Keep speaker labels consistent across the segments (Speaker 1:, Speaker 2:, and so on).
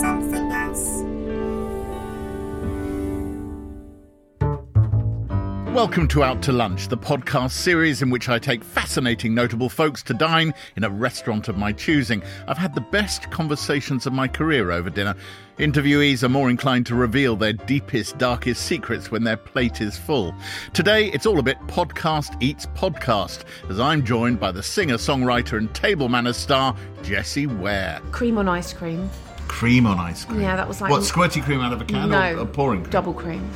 Speaker 1: something else.
Speaker 2: Welcome to Out to Lunch, the podcast series in which I take fascinating notable folks to dine in a restaurant of my choosing. I've had the best conversations of my career over dinner. Interviewees are more inclined to reveal their deepest, darkest secrets when their plate is full. Today, it's all a bit podcast eats podcast, as I'm joined by the singer, songwriter, and table manners star, Jessie Ware.
Speaker 3: Cream on ice cream.
Speaker 2: Cream on ice cream.
Speaker 3: Yeah, that was like-
Speaker 2: What, squirty cream out of a can
Speaker 3: no,
Speaker 2: or, or pouring cream?
Speaker 3: double cream.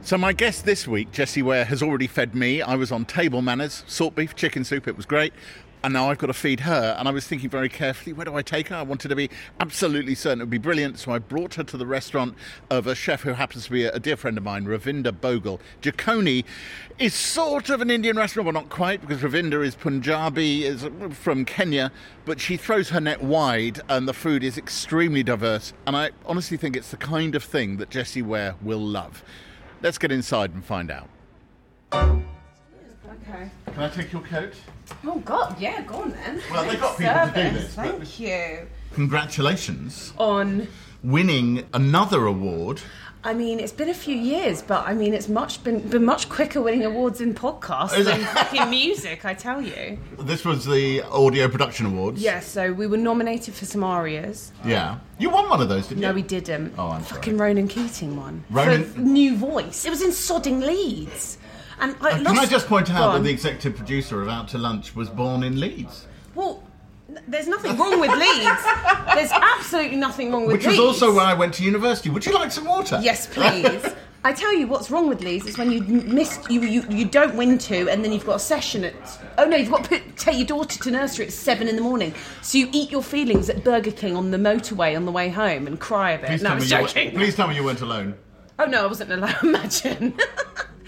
Speaker 2: So my guest this week, Jessie Ware, has already fed me. I was on table manners, salt beef, chicken soup. It was great. And now I've got to feed her. And I was thinking very carefully, where do I take her? I wanted to be absolutely certain it would be brilliant. So I brought her to the restaurant of a chef who happens to be a, a dear friend of mine, Ravinda Bogle. Jaconi is sort of an Indian restaurant, well, not quite, because Ravinda is Punjabi, is from Kenya. But she throws her net wide, and the food is extremely diverse. And I honestly think it's the kind of thing that Jessie Ware will love. Let's get inside and find out.
Speaker 3: Okay.
Speaker 2: Can I take your coat?
Speaker 3: Oh God, yeah, go on then.
Speaker 2: Well, they've got people to do this, but-
Speaker 3: Thank you.
Speaker 2: Congratulations,
Speaker 3: On,
Speaker 2: winning another award.
Speaker 3: I mean, it's been a few years, but I mean, it's much been been much quicker winning awards in podcasts
Speaker 2: Is it?
Speaker 3: than fucking music. I tell you.
Speaker 2: This was the Audio Production Awards.
Speaker 3: Yeah. So we were nominated for some arias.
Speaker 2: Yeah. You won one of those, didn't you?
Speaker 3: No, we didn't.
Speaker 2: Oh, I'm sorry.
Speaker 3: fucking Ronan Keating won.
Speaker 2: Ronan-
Speaker 3: For new voice. It was in sodding Leeds. And I
Speaker 2: Uh, Can
Speaker 3: lost-
Speaker 2: I just point
Speaker 3: Go
Speaker 2: out that
Speaker 3: on.
Speaker 2: the executive producer of Out to Lunch was born in Leeds,
Speaker 3: Well, n- there's nothing wrong with Leeds. There's absolutely nothing wrong with
Speaker 2: which
Speaker 3: Leeds.
Speaker 2: was also where I went to university. Would you like some water?
Speaker 3: Yes, please. I tell you what's wrong with Leeds is when you m- miss you, you you don't win two and then you've got a session at oh no you've got to put, take your daughter to nursery at seven in the morning so you eat your feelings at Burger King on the motorway on the way home and cry a bit.
Speaker 2: Please
Speaker 3: no, I
Speaker 2: tell, me
Speaker 3: was
Speaker 2: you
Speaker 3: joking.
Speaker 2: weren't, please tell me you weren't alone.
Speaker 3: Oh no, I wasn't allowed. Imagine.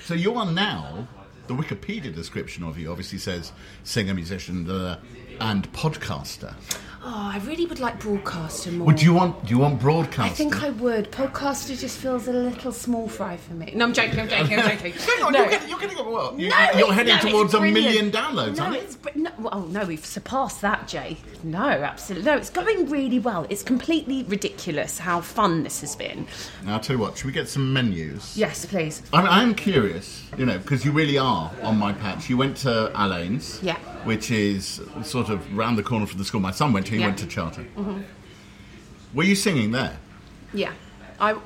Speaker 2: So you are now. The Wikipedia description of you obviously says singer, musician, uh, and podcaster.
Speaker 3: oh, I really would like broadcaster more.
Speaker 2: Would you want? Do you want broadcaster?
Speaker 3: I think I would. Podcaster just feels a little small fry for me. No, I'm joking. I'm joking. I'm joking.
Speaker 2: Hang on,
Speaker 3: no.
Speaker 2: you're getting, you're getting it well. You,
Speaker 3: No,
Speaker 2: you're
Speaker 3: it's-
Speaker 2: heading
Speaker 3: no, it's
Speaker 2: towards a
Speaker 3: brilliant.
Speaker 2: million downloads,
Speaker 3: No,
Speaker 2: aren't you?
Speaker 3: it's br- no, well, oh no, we've surpassed that, Jay. No, absolutely, no. It's going really well. It's completely ridiculous how fun this has been.
Speaker 2: Now, I'll tell you what, should we get some menus?
Speaker 3: Yes, please.
Speaker 2: I mean, I'm curious, you know, because you really are on my patch. You went to Alain's,
Speaker 3: Yeah.
Speaker 2: which is sort of round the corner from the school my son went to. He
Speaker 3: Yeah. Mm-hmm.
Speaker 2: went to Charter. Were you singing there?
Speaker 3: Yeah, I.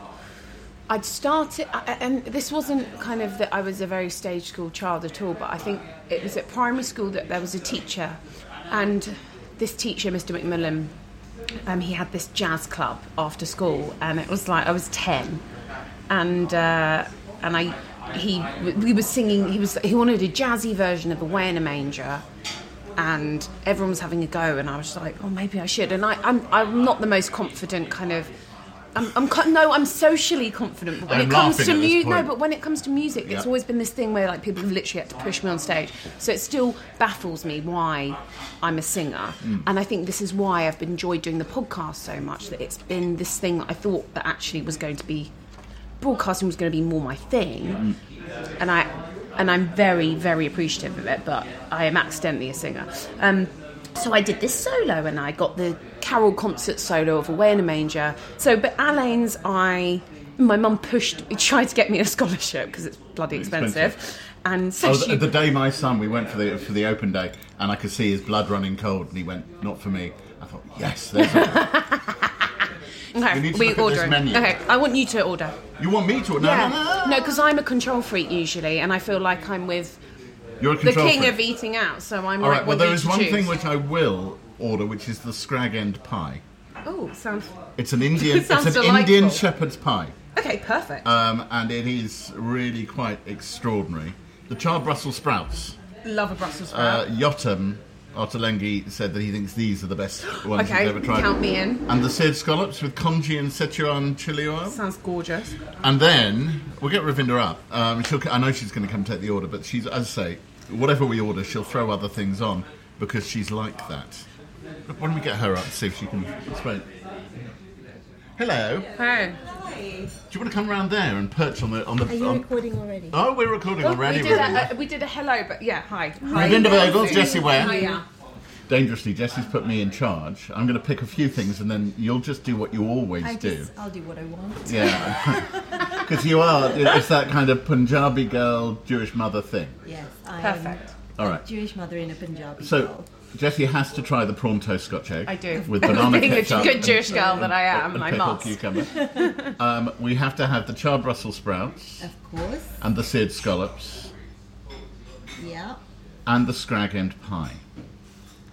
Speaker 3: I'd started, I- I- and this wasn't kind of that I was a very stage school child at all, but I think it was at primary school that there was a teacher, and this teacher, Mr. McMillan, um, he had this jazz club after school, and it was like I was 10, and uh, and I he we were singing. He was he wanted a jazzy version of Away in a Manger, and everyone was having a go, and I was just like, oh, maybe I should. And I I'm I'm not the most confident kind of. I'm, I'm co- no, I'm socially confident, but when
Speaker 2: I'm
Speaker 3: it comes
Speaker 2: laughing
Speaker 3: to
Speaker 2: at this
Speaker 3: music, no,
Speaker 2: point.
Speaker 3: but when it comes to music, it's
Speaker 2: Yeah.
Speaker 3: always been this thing where like people have literally had to push me on stage. So it still baffles me why I'm a singer, and I think this is why I've enjoyed doing the podcast so much. That it's been this thing that I thought that actually was going to be broadcasting was going to be more my thing, and I and I'm very very appreciative of it. But I am accidentally a singer. Um, so I did this solo, and I got the carol concert solo of Away in a Manger. So, but Alain's, I my mum pushed, tried to get me a scholarship because it's bloody expensive.
Speaker 2: Expensive.
Speaker 4: And so
Speaker 2: Oh,
Speaker 4: she,
Speaker 2: the, the day my son, we went for the for the open day, and I could see his blood running cold, and he went, "Not for me." I thought, "Yes, there's a,
Speaker 4: okay,
Speaker 2: we need to
Speaker 4: we
Speaker 2: look at this
Speaker 4: order.
Speaker 2: menu.
Speaker 4: Okay, I want you to order.
Speaker 2: you want me to?" No, no, no,
Speaker 4: No, because I'm a control freak usually, and I feel like I'm with
Speaker 2: You're a
Speaker 4: the
Speaker 2: control
Speaker 4: king
Speaker 2: freak.
Speaker 4: of eating out, so I might
Speaker 2: All right. Well,
Speaker 4: want
Speaker 2: there
Speaker 4: you
Speaker 2: is
Speaker 4: to
Speaker 2: one
Speaker 4: choose.
Speaker 2: thing which I will order, which is the scrag end pie.
Speaker 4: Oh, sounds
Speaker 2: It's an Indian. it's an
Speaker 4: Sounds delightful.
Speaker 2: Indian shepherd's pie,
Speaker 4: okay. Perfect.
Speaker 2: um, and it is really quite extraordinary. The charred Brussels sprouts.
Speaker 4: Love a Brussels
Speaker 2: Uh,
Speaker 4: sprout.
Speaker 2: Yotam Ottolenghi said that he thinks these are the best ones
Speaker 4: Okay,
Speaker 2: he's ever tried.
Speaker 4: count me in.
Speaker 2: And the seared scallops with congee and Sichuan chili oil.
Speaker 4: sounds gorgeous.
Speaker 2: And then we'll get Ravinda up. Um, she'll, I know she's going to come take the order, but she's, as I say, whatever we order, she'll throw other things on because she's like that. Why don't we get her up to see if she can explain? Hello. Do
Speaker 4: Hey.
Speaker 2: you want to come round there and perch on the on the?
Speaker 5: Are you
Speaker 2: on-
Speaker 5: recording already?
Speaker 2: oh, we're recording already.
Speaker 4: we did
Speaker 2: Ravinda.
Speaker 5: uh,
Speaker 4: a, a we did a hello, but yeah, hi. hi.
Speaker 2: Ravinda Bagels, Jessie Ware.
Speaker 5: Oh,
Speaker 4: Hiya.
Speaker 2: Dangerously, Jessie's put me in charge. I'm going to pick a few things, and then you'll just do what you always
Speaker 5: I
Speaker 2: do.
Speaker 5: just, I'll do what I want.
Speaker 2: Yeah, because you are. It's that kind of Punjabi girl, Jewish mother thing.
Speaker 5: Yes, I
Speaker 4: Perfect.
Speaker 5: am
Speaker 2: All right.
Speaker 5: Jewish mother in a Punjabi.
Speaker 2: So
Speaker 5: girl.
Speaker 2: Jesse has to try the prawn toast Scotch egg.
Speaker 4: I do.
Speaker 2: With banana
Speaker 4: Being a
Speaker 2: ketchup.
Speaker 4: good
Speaker 2: and-
Speaker 4: Jewish girl that I am,
Speaker 2: and
Speaker 4: I
Speaker 2: pickled
Speaker 4: must.
Speaker 2: cucumber. um, we have to have the charred Brussels sprouts
Speaker 5: of course,
Speaker 2: and the seared scallops
Speaker 5: yeah.
Speaker 2: and the scrag end pie.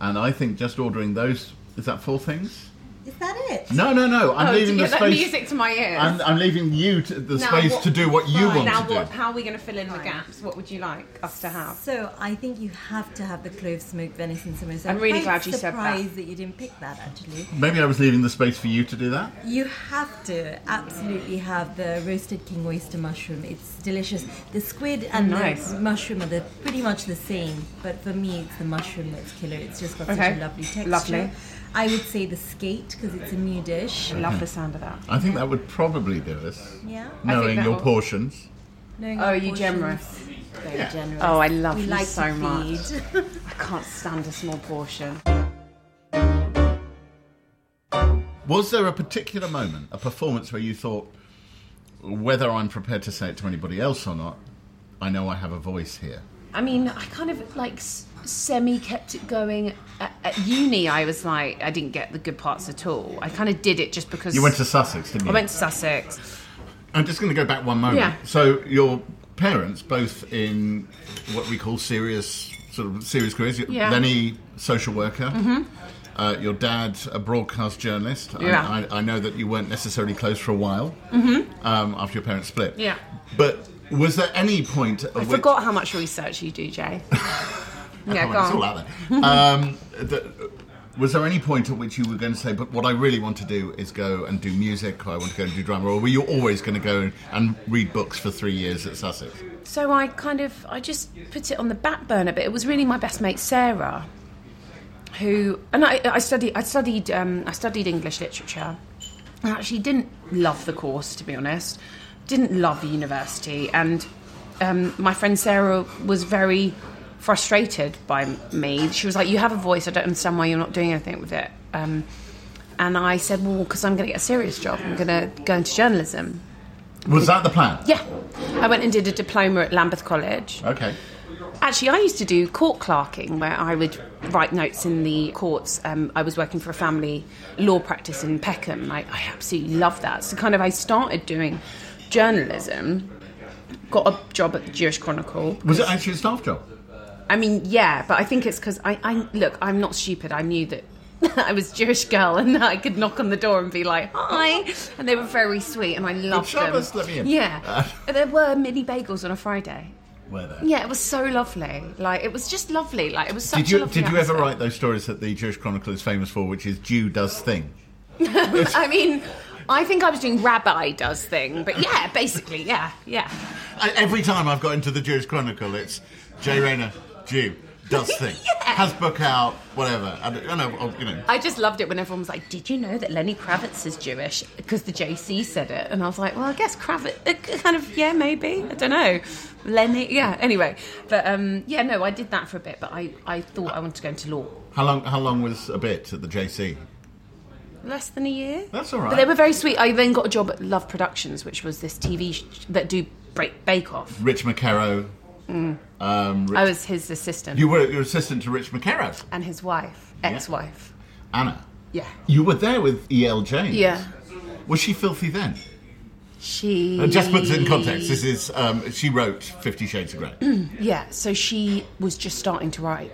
Speaker 2: And I think just ordering those is that four things?
Speaker 5: Is that it?
Speaker 2: No, no, no. I'm
Speaker 4: Oh, did
Speaker 2: leaving
Speaker 4: you
Speaker 2: the
Speaker 4: get that
Speaker 2: space.
Speaker 4: music to my ears?
Speaker 2: I'm, I'm leaving you to, the
Speaker 4: Now
Speaker 2: space
Speaker 4: what-
Speaker 2: to do what you
Speaker 5: Fine.
Speaker 2: want
Speaker 4: now,
Speaker 2: to
Speaker 4: what,
Speaker 2: do. Mm-hmm.
Speaker 4: how are we going to fill in the gaps? What would you like us to have?
Speaker 5: So I think you have to have the clove smoked venison samosa.
Speaker 4: I'm really
Speaker 5: quite
Speaker 4: glad you said that.
Speaker 5: surprised that you didn't pick that actually.
Speaker 2: Maybe I was leaving the space for you to do that.
Speaker 5: You have to absolutely have the roasted king oyster mushroom. It's delicious. The squid and
Speaker 4: Nice.
Speaker 5: the mushroom are the, pretty much the same, but for me, it's the mushroom that's killer. It's just got
Speaker 4: Okay.
Speaker 5: such a lovely texture.
Speaker 4: Lovely.
Speaker 5: I would say the skate because it's a new dish.
Speaker 4: I love the sound of that.
Speaker 2: I think that would probably do us,
Speaker 5: Yeah.
Speaker 2: knowing
Speaker 4: that
Speaker 2: your
Speaker 4: will-
Speaker 2: portions.
Speaker 5: Knowing
Speaker 4: Oh,
Speaker 5: our
Speaker 4: are you
Speaker 5: portions.
Speaker 4: generous?
Speaker 5: Very
Speaker 2: Yeah.
Speaker 5: generous.
Speaker 4: Oh, I love
Speaker 5: we
Speaker 4: you
Speaker 5: like
Speaker 4: so
Speaker 5: to
Speaker 4: much.
Speaker 5: feed.
Speaker 4: I can't stand a small portion.
Speaker 2: Was there a particular moment, a performance where you thought, whether I'm prepared to say it to anybody else or not, I know I have a voice here?
Speaker 4: I mean, I kind of like s- semi kept it going. At, at uni, I was like, I didn't get the good parts at all. I kind of did it just because.
Speaker 2: You went to Sussex, didn't you?
Speaker 4: I went to Sussex.
Speaker 2: I'm just going to go back one moment.
Speaker 4: Yeah.
Speaker 2: So your parents, both in what we call serious sort of serious careers, your-
Speaker 4: Yeah. Mm-hmm.
Speaker 2: Lenny, social worker. Uh, your dad, a broadcast journalist. I-
Speaker 4: Yeah.
Speaker 2: I, I, know that you weren't necessarily close for a while mm-hmm. um, after your parents split.
Speaker 4: Yeah.
Speaker 2: But was there any point? At
Speaker 4: I
Speaker 2: which,
Speaker 4: forgot how much research you do, Jay. yeah,
Speaker 2: Come
Speaker 4: go
Speaker 2: on,
Speaker 4: on.
Speaker 2: it's all out there. um, the, was there any point at which you were going to say, "But what I really want to do is go and do music, or I want to go and do drama," or were you always going to go and read books for three years at Sussex?
Speaker 4: So I kind of I just put it on the back burner, but it was really my best mate Sarah, who and I, I studied I studied um, I studied English literature. I actually didn't love the course to be honest. Didn't love university, and um, my friend Sarah was very frustrated by me. She was like, "You have a voice. I don't understand why you're not doing anything with it." Um, and I said, "Well, because I'm going to get a serious job. I'm going to go into journalism."
Speaker 2: Was that the plan?
Speaker 4: Yeah, I went and did a diploma at Lambeth College.
Speaker 2: Okay.
Speaker 4: Actually, I used to do court clerking where I would write notes in the courts. Um, I was working for a family law practice in Peckham. and I, I absolutely loved that. So, kind of, I started doing journalism, got a job at the Jewish Chronicle.
Speaker 2: Was it actually a staff job?
Speaker 4: I mean, yeah, but I think it's because I, I look, I'm not stupid. I knew that. I was a Jewish girl, and I could knock on the door and be like, "Hi," and they were very sweet, and I loved
Speaker 2: Shabbos,
Speaker 4: them.
Speaker 2: let me in. Uh.
Speaker 4: Yeah, And there were mini bagels on a Friday.
Speaker 2: Where there?
Speaker 4: Yeah, it was so lovely. Like it was just lovely. Like it was such
Speaker 2: Did you
Speaker 4: a lovely
Speaker 2: did you ever
Speaker 4: atmosphere.
Speaker 2: write those stories that the Jewish Chronicle is famous for, which is Jew does thing?
Speaker 4: I mean, I think I was doing rabbi does thing, but yeah, basically, yeah, yeah.
Speaker 2: I, every time I've got into the Jewish Chronicle, it's Jay Rayner, Jew does thing, has book out, whatever. And, you know, or, you know.
Speaker 4: I just loved it when everyone was like, "Did you know that Lenny Kravitz is Jewish?" Because the JC said it, and I was like, "Well, I guess Kravitz, uh, kind of, yeah, maybe. I don't know, Lenny, yeah." Anyway, but um, yeah, no, I did that for a bit, but I, I thought I wanted to go into law.
Speaker 2: How long? How long was a bit at the JC?
Speaker 4: Less than a year.
Speaker 2: That's all right.
Speaker 4: But they were very sweet. I then got a job at Love Productions, which was this TV sh- that do break Bake Off.
Speaker 2: Rich McCarrow, Um, Rich-
Speaker 4: I was his assistant
Speaker 2: you were your assistant to Rich McCarrad,
Speaker 4: and his wife, ex-wife.
Speaker 2: Anna.
Speaker 4: Yeah.
Speaker 2: You were there with E.L. James.
Speaker 4: Yeah.
Speaker 2: Was she filthy then?
Speaker 4: She
Speaker 2: Uh, Just puts it in context. This is um, she wrote Fifty Shades of Grey.
Speaker 4: Yeah, so she was just starting to write.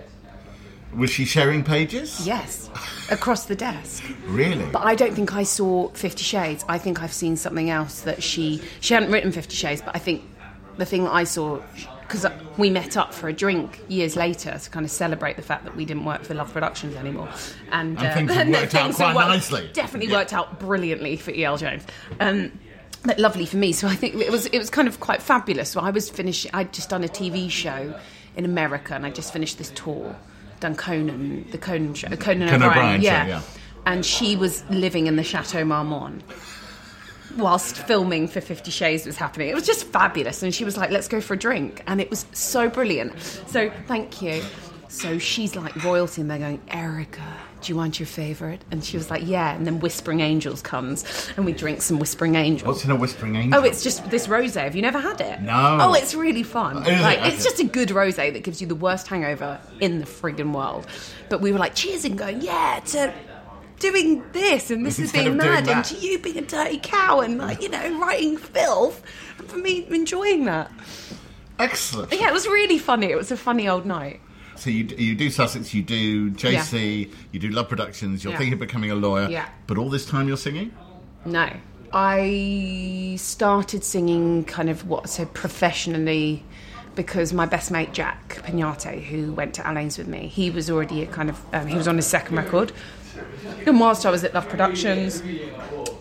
Speaker 2: was she sharing pages?
Speaker 4: Yes, across the desk.
Speaker 2: Really?
Speaker 4: But I don't think I saw Fifty Shades. I think I've seen something else that she she hadn't written Fifty Shades, but I think the thing I saw because we met up for a drink years later to kind of celebrate the fact that we didn't work for Love Productions anymore, and,
Speaker 2: And things had worked out
Speaker 4: things had
Speaker 2: quite
Speaker 4: worked-
Speaker 2: nicely.
Speaker 4: Definitely
Speaker 2: Yeah.
Speaker 4: worked out brilliantly for El Jones. Um, but lovely for me. So I think it was it was kind of quite fabulous. So I was finishing. I'd just done a TV show in America, and I just finished this tour. Done Conan, the Conan show, Conan,
Speaker 2: Conan O'Brien show, yeah.
Speaker 4: and she was living in the Chateau Marmont whilst filming for Fifty Shades was happening. It was just fabulous, and she was like, "Let's go for a drink," and it was so brilliant. So thank you. So she's like royalty, and they're going, "Erica, do you want your favourite?" And she was like, "Yeah." And then Whispering Angels comes, and we drink some Whispering Angels.
Speaker 2: What's in a Whispering Angel?
Speaker 4: Oh, it's just this rosé. Have you never had it?
Speaker 2: No.
Speaker 4: Oh, it's really fun.
Speaker 2: Is it?
Speaker 4: Like,
Speaker 2: Okay.
Speaker 4: It's just a good rosé that gives you the worst hangover in the friggin' world. But we were like cheersing, going, yeah, to doing this and this is
Speaker 2: Instead
Speaker 4: being
Speaker 2: of doing
Speaker 4: mad
Speaker 2: that.
Speaker 4: and to you being a dirty cow and like you know writing filth and for me enjoying that
Speaker 2: excellent.
Speaker 4: yeah it was really funny it was a funny old night
Speaker 2: So you you do Sussex, you do JC, you do Love Productions. You're
Speaker 4: Yeah.
Speaker 2: thinking of becoming a lawyer.
Speaker 4: Yeah.
Speaker 2: But all this time you're singing.
Speaker 4: No. I started singing kind of what so professionally because my best mate Jack Pignate, who went to Alain's with me, he was already a kind of um, he was on his second record. And whilst I was at Love Productions,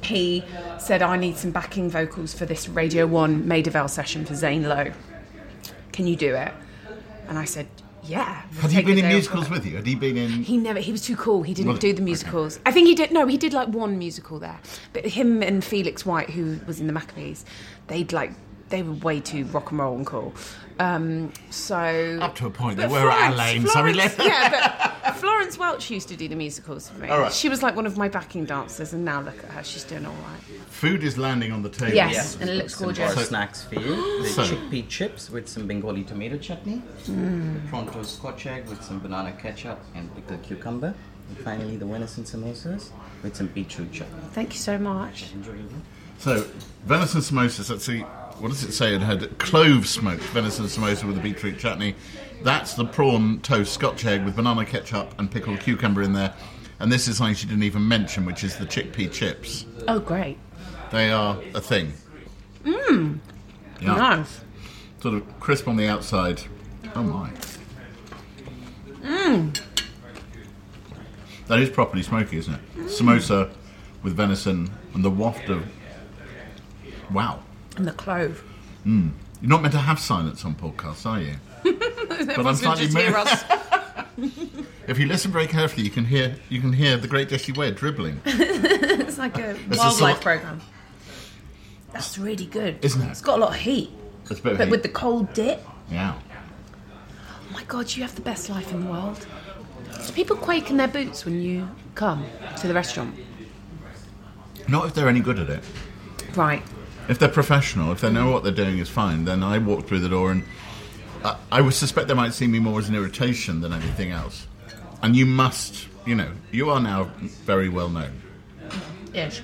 Speaker 4: he said I need some backing vocals for this Radio One Maidavale session for Zane Lowe. Can you do it? And I said, Yeah. we'll
Speaker 2: Had he
Speaker 4: take
Speaker 2: been
Speaker 4: the
Speaker 2: in
Speaker 4: day off
Speaker 2: musicals
Speaker 4: work."
Speaker 2: with you? Had he been in?
Speaker 4: He never. He was too cool. He didn't
Speaker 2: Well,
Speaker 4: do the
Speaker 2: okay.
Speaker 4: musicals. I think he did. No, he did like one musical there. But him and Felix White, who was in the Maccabees, they'd like they were way too rock and roll and cool. Um, so
Speaker 2: Up to a point, they
Speaker 4: But
Speaker 2: were at
Speaker 4: Florence-
Speaker 2: Alain,
Speaker 4: Florence,
Speaker 2: so we left-
Speaker 4: Yeah, but Florence Welch used to do the musicals for me.
Speaker 2: All right.
Speaker 4: She was like one of my backing dancers, and now look at her. She's doing all right.
Speaker 2: Food is landing on the table.
Speaker 4: Yes,
Speaker 6: Yes,
Speaker 4: and it looks
Speaker 6: some
Speaker 4: gorgeous.
Speaker 6: bar snacks for you. The
Speaker 2: So-
Speaker 6: chickpea chips with some Bengali tomato chutney, the Toronto scotch egg with some banana ketchup and pickled cucumber, and finally the venison samosas with some beetroot chutney.
Speaker 4: Thank you so much.
Speaker 6: Enjoy your meal.
Speaker 2: So venison samosas. Let's see. What does it say? It had clove smoked venison samosa with a beetroot chutney. That's the prawn toast Scotch egg with banana ketchup and pickled cucumber in there. And this is something she didn't even mention, which is the chickpea chips.
Speaker 4: Oh, great. Hmm.
Speaker 2: They are a thing. Mmm. Yeah.
Speaker 4: Nice.
Speaker 2: Sort of crisp on the outside. Oh my. Mmm.
Speaker 4: Mmm.
Speaker 2: That is properly smoky, isn't it?
Speaker 4: Mm.
Speaker 2: Samosa with venison and the waft of. Wow.
Speaker 4: And the clove.
Speaker 2: You're not meant to have silence on podcasts, are you? but I'm slightly
Speaker 4: just hear
Speaker 2: moved.
Speaker 4: us.
Speaker 2: If you listen very carefully, you can hear you can hear the great Jessie Ware dribbling.
Speaker 4: It's like a
Speaker 2: a
Speaker 4: wildlife
Speaker 2: sort-
Speaker 4: program. That's really good,
Speaker 2: Isn't it?
Speaker 4: It's got a lot of heat,
Speaker 2: That's a bit of
Speaker 4: but
Speaker 2: heat.
Speaker 4: with the cold dip.
Speaker 2: yeah.
Speaker 4: Oh my God, you have the best life in the world. Do people quake in their boots when you come to the restaurant?
Speaker 2: Not if they're any good at it.
Speaker 4: Right.
Speaker 2: If they're professional, if they know what they're doing is fine, then I walk through the door and I, I would suspect they might see me more as an irritation than anything else. And you must, you know, you are now very well known.
Speaker 4: Yes.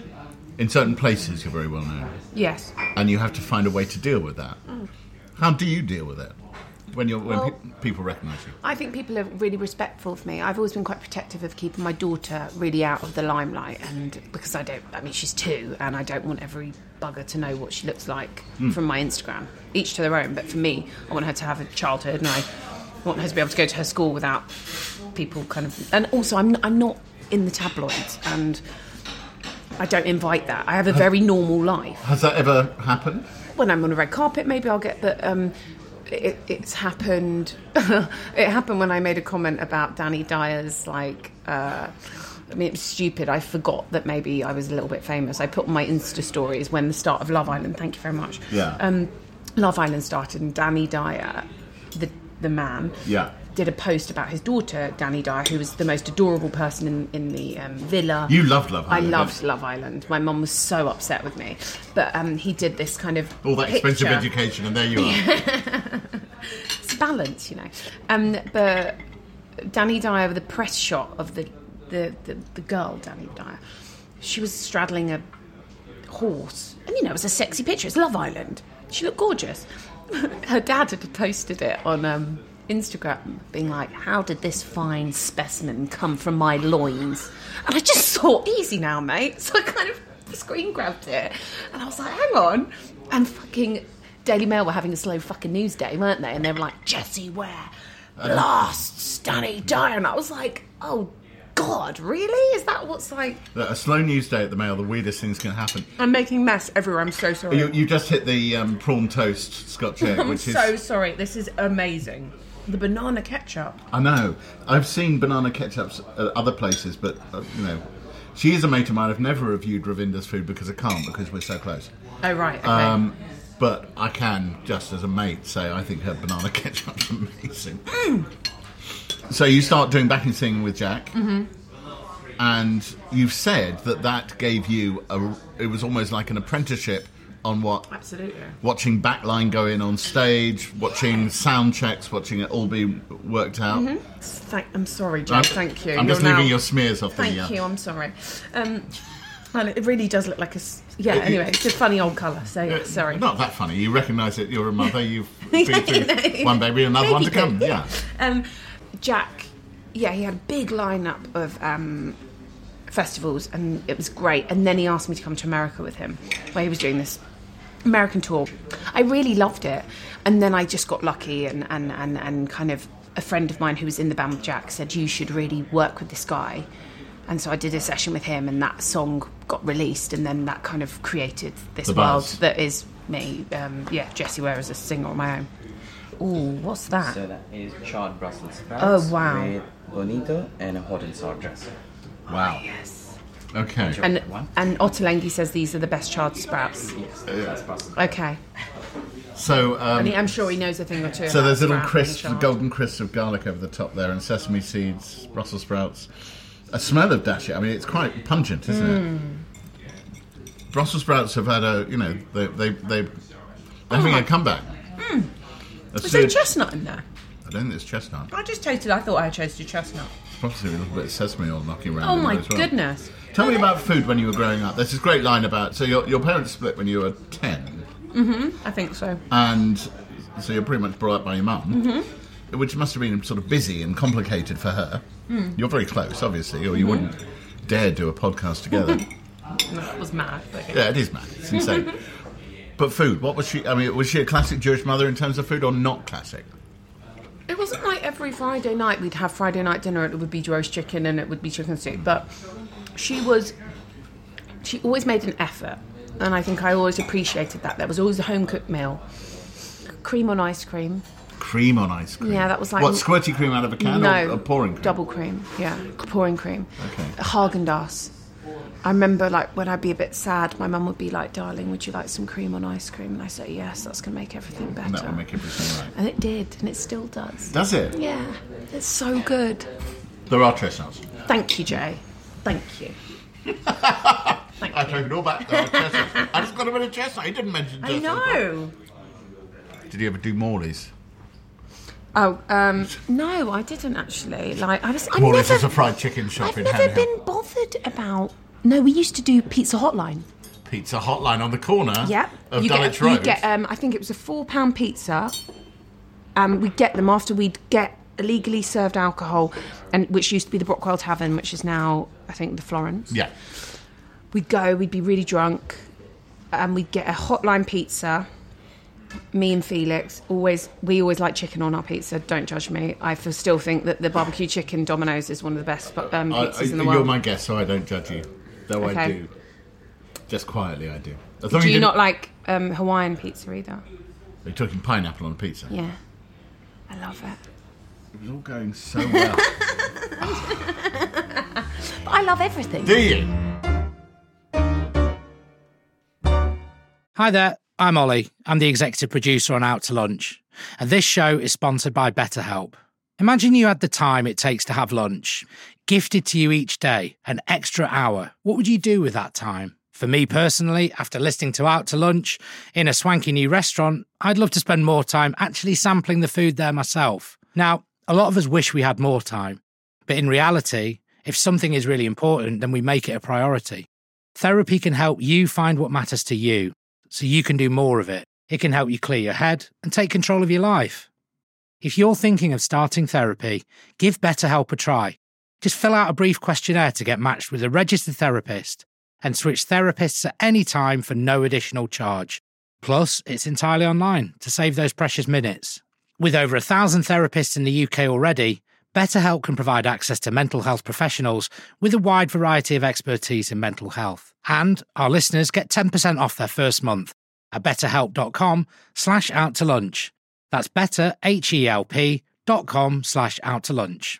Speaker 2: In certain places, you're very well known.
Speaker 4: Yes.
Speaker 2: And you have to find a way to deal with that. How do you deal with it when, you're, when
Speaker 4: Mm. Well-
Speaker 2: pe- people recognise you?
Speaker 4: I think people are really respectful of me. I've always been quite protective of keeping my daughter really out of the limelight, and because I don't, I mean, she's two, and I don't want every bugger to know what she looks like from my Instagram. Each to their own, but for me, I want her to have a childhood, and I want her to be able to go to her school without people kind of. And also, I'm I'm not in the tabloids, and I don't invite that. I have a very normal life
Speaker 2: Has that ever happened?
Speaker 4: when I'm on a red carpet, maybe I'll get that. Um, it, it's happened. it happened when I made a comment about Danny Dyer's like. Uh, I mean, it was stupid. I forgot that maybe I was a little bit famous. I put on my Insta stories when the start of Love Island. Thank you very much.
Speaker 2: Yeah.
Speaker 4: Um, Love Island started, and Danny Dyer, the the man,
Speaker 2: Yeah.
Speaker 4: did a post about his daughter, Danny Dyer, who was the most adorable person in in the um, villa.
Speaker 2: You loved Love Island,
Speaker 4: I loved
Speaker 2: don't you?
Speaker 4: Love Island. My mum was so upset with me, but um, he did this kind of
Speaker 2: All that expensive
Speaker 4: picture.
Speaker 2: education, and there you are.
Speaker 4: it's balance, you know. Um, but Danny Dyer, with a press shot of the, the, the, the girl, Danny Dyer, she was straddling a horse. And you know, it was a sexy picture. It's Love Island. She looked gorgeous. Her dad had posted it on um, Instagram, being like, How did this fine specimen come from my loins? And I just thought, Easy now, mate. So I kind of screen grabbed it. And I was like, Hang on. And fucking Daily Mail were having a slow fucking news day, weren't they? And they were like, Jesse Ware blasts Danny Dyer. And I was like, Oh, God, really? Is that what's like.
Speaker 2: A slow news day at the Mail, the weirdest things can happen.
Speaker 4: I'm making mess everywhere. I'm so sorry.
Speaker 2: You, you just hit the um, prawn toast scotch egg,
Speaker 4: I'm
Speaker 2: which is.
Speaker 4: so sorry. This is amazing. The banana ketchup.
Speaker 2: I know. I've seen banana ketchups at other places, but, uh, you know. She is a mate of mine. I've never reviewed Ravinda's food because I can't, because we're so close.
Speaker 4: Oh right. Okay.
Speaker 2: Um, but I can, just as a mate, say I think her banana ketchup's amazing. So you start doing backing singing with Jack,
Speaker 4: Mm-hmm.
Speaker 2: and you've said that that gave you a. It was almost like an apprenticeship on what
Speaker 4: Absolutely.
Speaker 2: watching backline go in on stage, watching sound checks, watching it all be worked out.
Speaker 4: Thank, I'm sorry, Jack.
Speaker 2: I'm-
Speaker 4: Mm-hmm. Thank you.
Speaker 2: I'm just
Speaker 4: You're
Speaker 2: leaving
Speaker 4: now-
Speaker 2: your smears off
Speaker 4: Thank
Speaker 2: the. uh,
Speaker 4: you. Oh, I'm sorry. Um, and it really does look like a. s- Yeah. Anyway, it's a funny old colour. So yeah, sorry.
Speaker 2: Not that funny. You recognise it. You're a mother. You've been through one baby, another one to
Speaker 4: Baby
Speaker 2: come.
Speaker 4: goat.
Speaker 2: Yeah.
Speaker 4: Um, Jack, yeah, he had a big lineup of um, festivals, and it was great. And then he asked me to come to America with him, where he was doing this American tour. I really loved it, and then I just got lucky, and and and, and kind of a friend of mine who was in the band with Jack said you should really work with this guy. And so I did a session with him, and that song got released, and then that kind of created this
Speaker 2: The
Speaker 4: world
Speaker 2: buzz.
Speaker 4: that is me. Um, yeah, Jessie Ware as a singer on my own. Ooh, what's
Speaker 3: Ah.
Speaker 4: that?
Speaker 6: So that is charred Brussels
Speaker 3: Oh,
Speaker 6: sprouts
Speaker 4: wow.
Speaker 6: with bonito and a hot and sour dressing.
Speaker 2: Wow. Okay.
Speaker 4: And
Speaker 6: One.
Speaker 4: and Ottolenghi says these are the best chard sprouts.
Speaker 6: Yes,
Speaker 3: Oh,
Speaker 6: that's Brussels.
Speaker 4: Okay,
Speaker 2: So,
Speaker 4: and
Speaker 2: um,
Speaker 4: he, I'm sure he knows a thing or two.
Speaker 2: so
Speaker 4: about
Speaker 2: there's little
Speaker 4: sprout and
Speaker 2: crisps,
Speaker 4: chard.
Speaker 2: golden crisps of garlic over the top there, and sesame seeds, Brussels sprouts, a smell of dashi. I mean, it's quite pungent, isn't
Speaker 4: Hmm.
Speaker 2: it? Brussels sprouts have had a, you know, they they they they're having
Speaker 4: Oh
Speaker 2: a comeback.
Speaker 4: Hmm.
Speaker 2: As
Speaker 3: Is
Speaker 2: soon-
Speaker 3: there chestnut in there?
Speaker 2: I don't think it's chestnut.
Speaker 3: I just tasted. I thought I had tasted chestnut.
Speaker 2: It's Probably a little bit of sesame oil knocking around.
Speaker 4: Oh
Speaker 2: in
Speaker 4: my
Speaker 2: there as well.
Speaker 4: goodness!
Speaker 2: Tell me about food when you were growing up. There's this great line about so your your parents split when you were ten.
Speaker 3: I think so.
Speaker 2: and so you're pretty much brought up by your mum,
Speaker 4: Mm-hmm.
Speaker 2: which must have been sort of busy and complicated for her.
Speaker 4: Mm.
Speaker 2: You're very close, obviously,
Speaker 4: Mm-hmm.
Speaker 2: or you wouldn't dare do a podcast together.
Speaker 4: That was mad. But yeah.
Speaker 2: yeah, it is mad. It's insane. but food, what was she? I mean, was she a classic Jewish mother in terms of food, or not classic?
Speaker 4: It wasn't like every Friday night we'd have Friday night dinner. and It would be roast chicken and it would be chicken soup. But she was, she always made an effort, and I think I always appreciated that. There was always a home cooked meal, cream on ice cream.
Speaker 2: Cream on ice cream.
Speaker 4: Yeah, that was like-
Speaker 2: what squirty cream out of a can
Speaker 4: no,
Speaker 2: or, or pouring cream.
Speaker 4: double cream. Yeah, pouring cream.
Speaker 2: Okay.
Speaker 4: Haagen Dazs. I remember like when I'd be a bit sad, my mum would be like, "Darling, would you like some cream on ice cream?" And I say, "Yes, that's gonna make everything better."
Speaker 2: And that will make everything right.
Speaker 4: And it did, and it still does.
Speaker 2: That's it.
Speaker 4: Yeah, it's so good.
Speaker 2: There are chestnuts.
Speaker 4: Thank you, Jay. Thank you. Thank
Speaker 2: I
Speaker 4: you.
Speaker 2: take it all back. There are chestnuts. I just got a bit of chestnut. He didn't mention
Speaker 3: I
Speaker 2: chestnut.
Speaker 3: know.
Speaker 2: Did he ever do Morley's?
Speaker 4: Oh, um, no, I didn't actually. Like I was. I
Speaker 2: Morley's
Speaker 4: never,
Speaker 2: is a fried chicken shop
Speaker 4: I've
Speaker 2: in
Speaker 4: never
Speaker 2: Hanninghill.
Speaker 4: been bothered about. No, we used to do Pizza Hotline.
Speaker 2: pizza hotline on the corner
Speaker 4: Yeah.
Speaker 2: of
Speaker 4: you
Speaker 2: Dulwich
Speaker 4: get,
Speaker 2: Road.
Speaker 4: You get, um, I think it was a four pound pizza. Um, we'd get them after we'd get illegally served alcohol, and which used to be the Brockwell Tavern, which is now I think the Florence.
Speaker 2: yeah.
Speaker 4: We'd go, we'd be really drunk, and we'd get a hotline pizza. Me and Felix always we always like chicken on our pizza. Don't judge me. I f- still think that the barbecue chicken Domino's is one of the best bu- um,
Speaker 2: I,
Speaker 4: pizzas
Speaker 2: I-
Speaker 4: in the
Speaker 2: you're
Speaker 4: world.
Speaker 2: my guest, so I don't judge you. Though I
Speaker 4: Okay.
Speaker 2: do. Just quietly, I do. As long as
Speaker 4: Do you
Speaker 2: didn't-
Speaker 4: not like um, Hawaiian pizza either?
Speaker 2: You're talking pineapple on pizza.
Speaker 4: Yeah, I love it.
Speaker 2: It was all going so well.
Speaker 4: But I love everything.
Speaker 2: do you?
Speaker 7: Hi there, I'm Ollie. I'm the executive producer on Out to Lunch, and this show is sponsored by BetterHelp. Imagine you had the time it takes to have lunch, gifted to you each day, an extra hour. What would you do with that time? For me personally, after listening to Out to Lunch in a swanky new restaurant, I'd love to spend more time actually sampling the food there myself. Now, a lot of us wish we had more time, but in reality, if something is really important, then we make it a priority. Therapy can help you find what matters to you so you can do more of it. It can help you clear your head and take control of your life. If you're thinking of starting therapy, give BetterHelp a try. Just fill out a brief questionnaire to get matched with a registered therapist and switch therapists at any time for no additional charge. Plus, it's entirely online to save those precious minutes. With over a thousand therapists in the UK already, BetterHelp can provide access to mental health professionals with a wide variety of expertise in mental health. And our listeners get 10% off their first month at betterhelp.com slash out to lunch. That's better, H-E-L-P dot com slash out to lunch.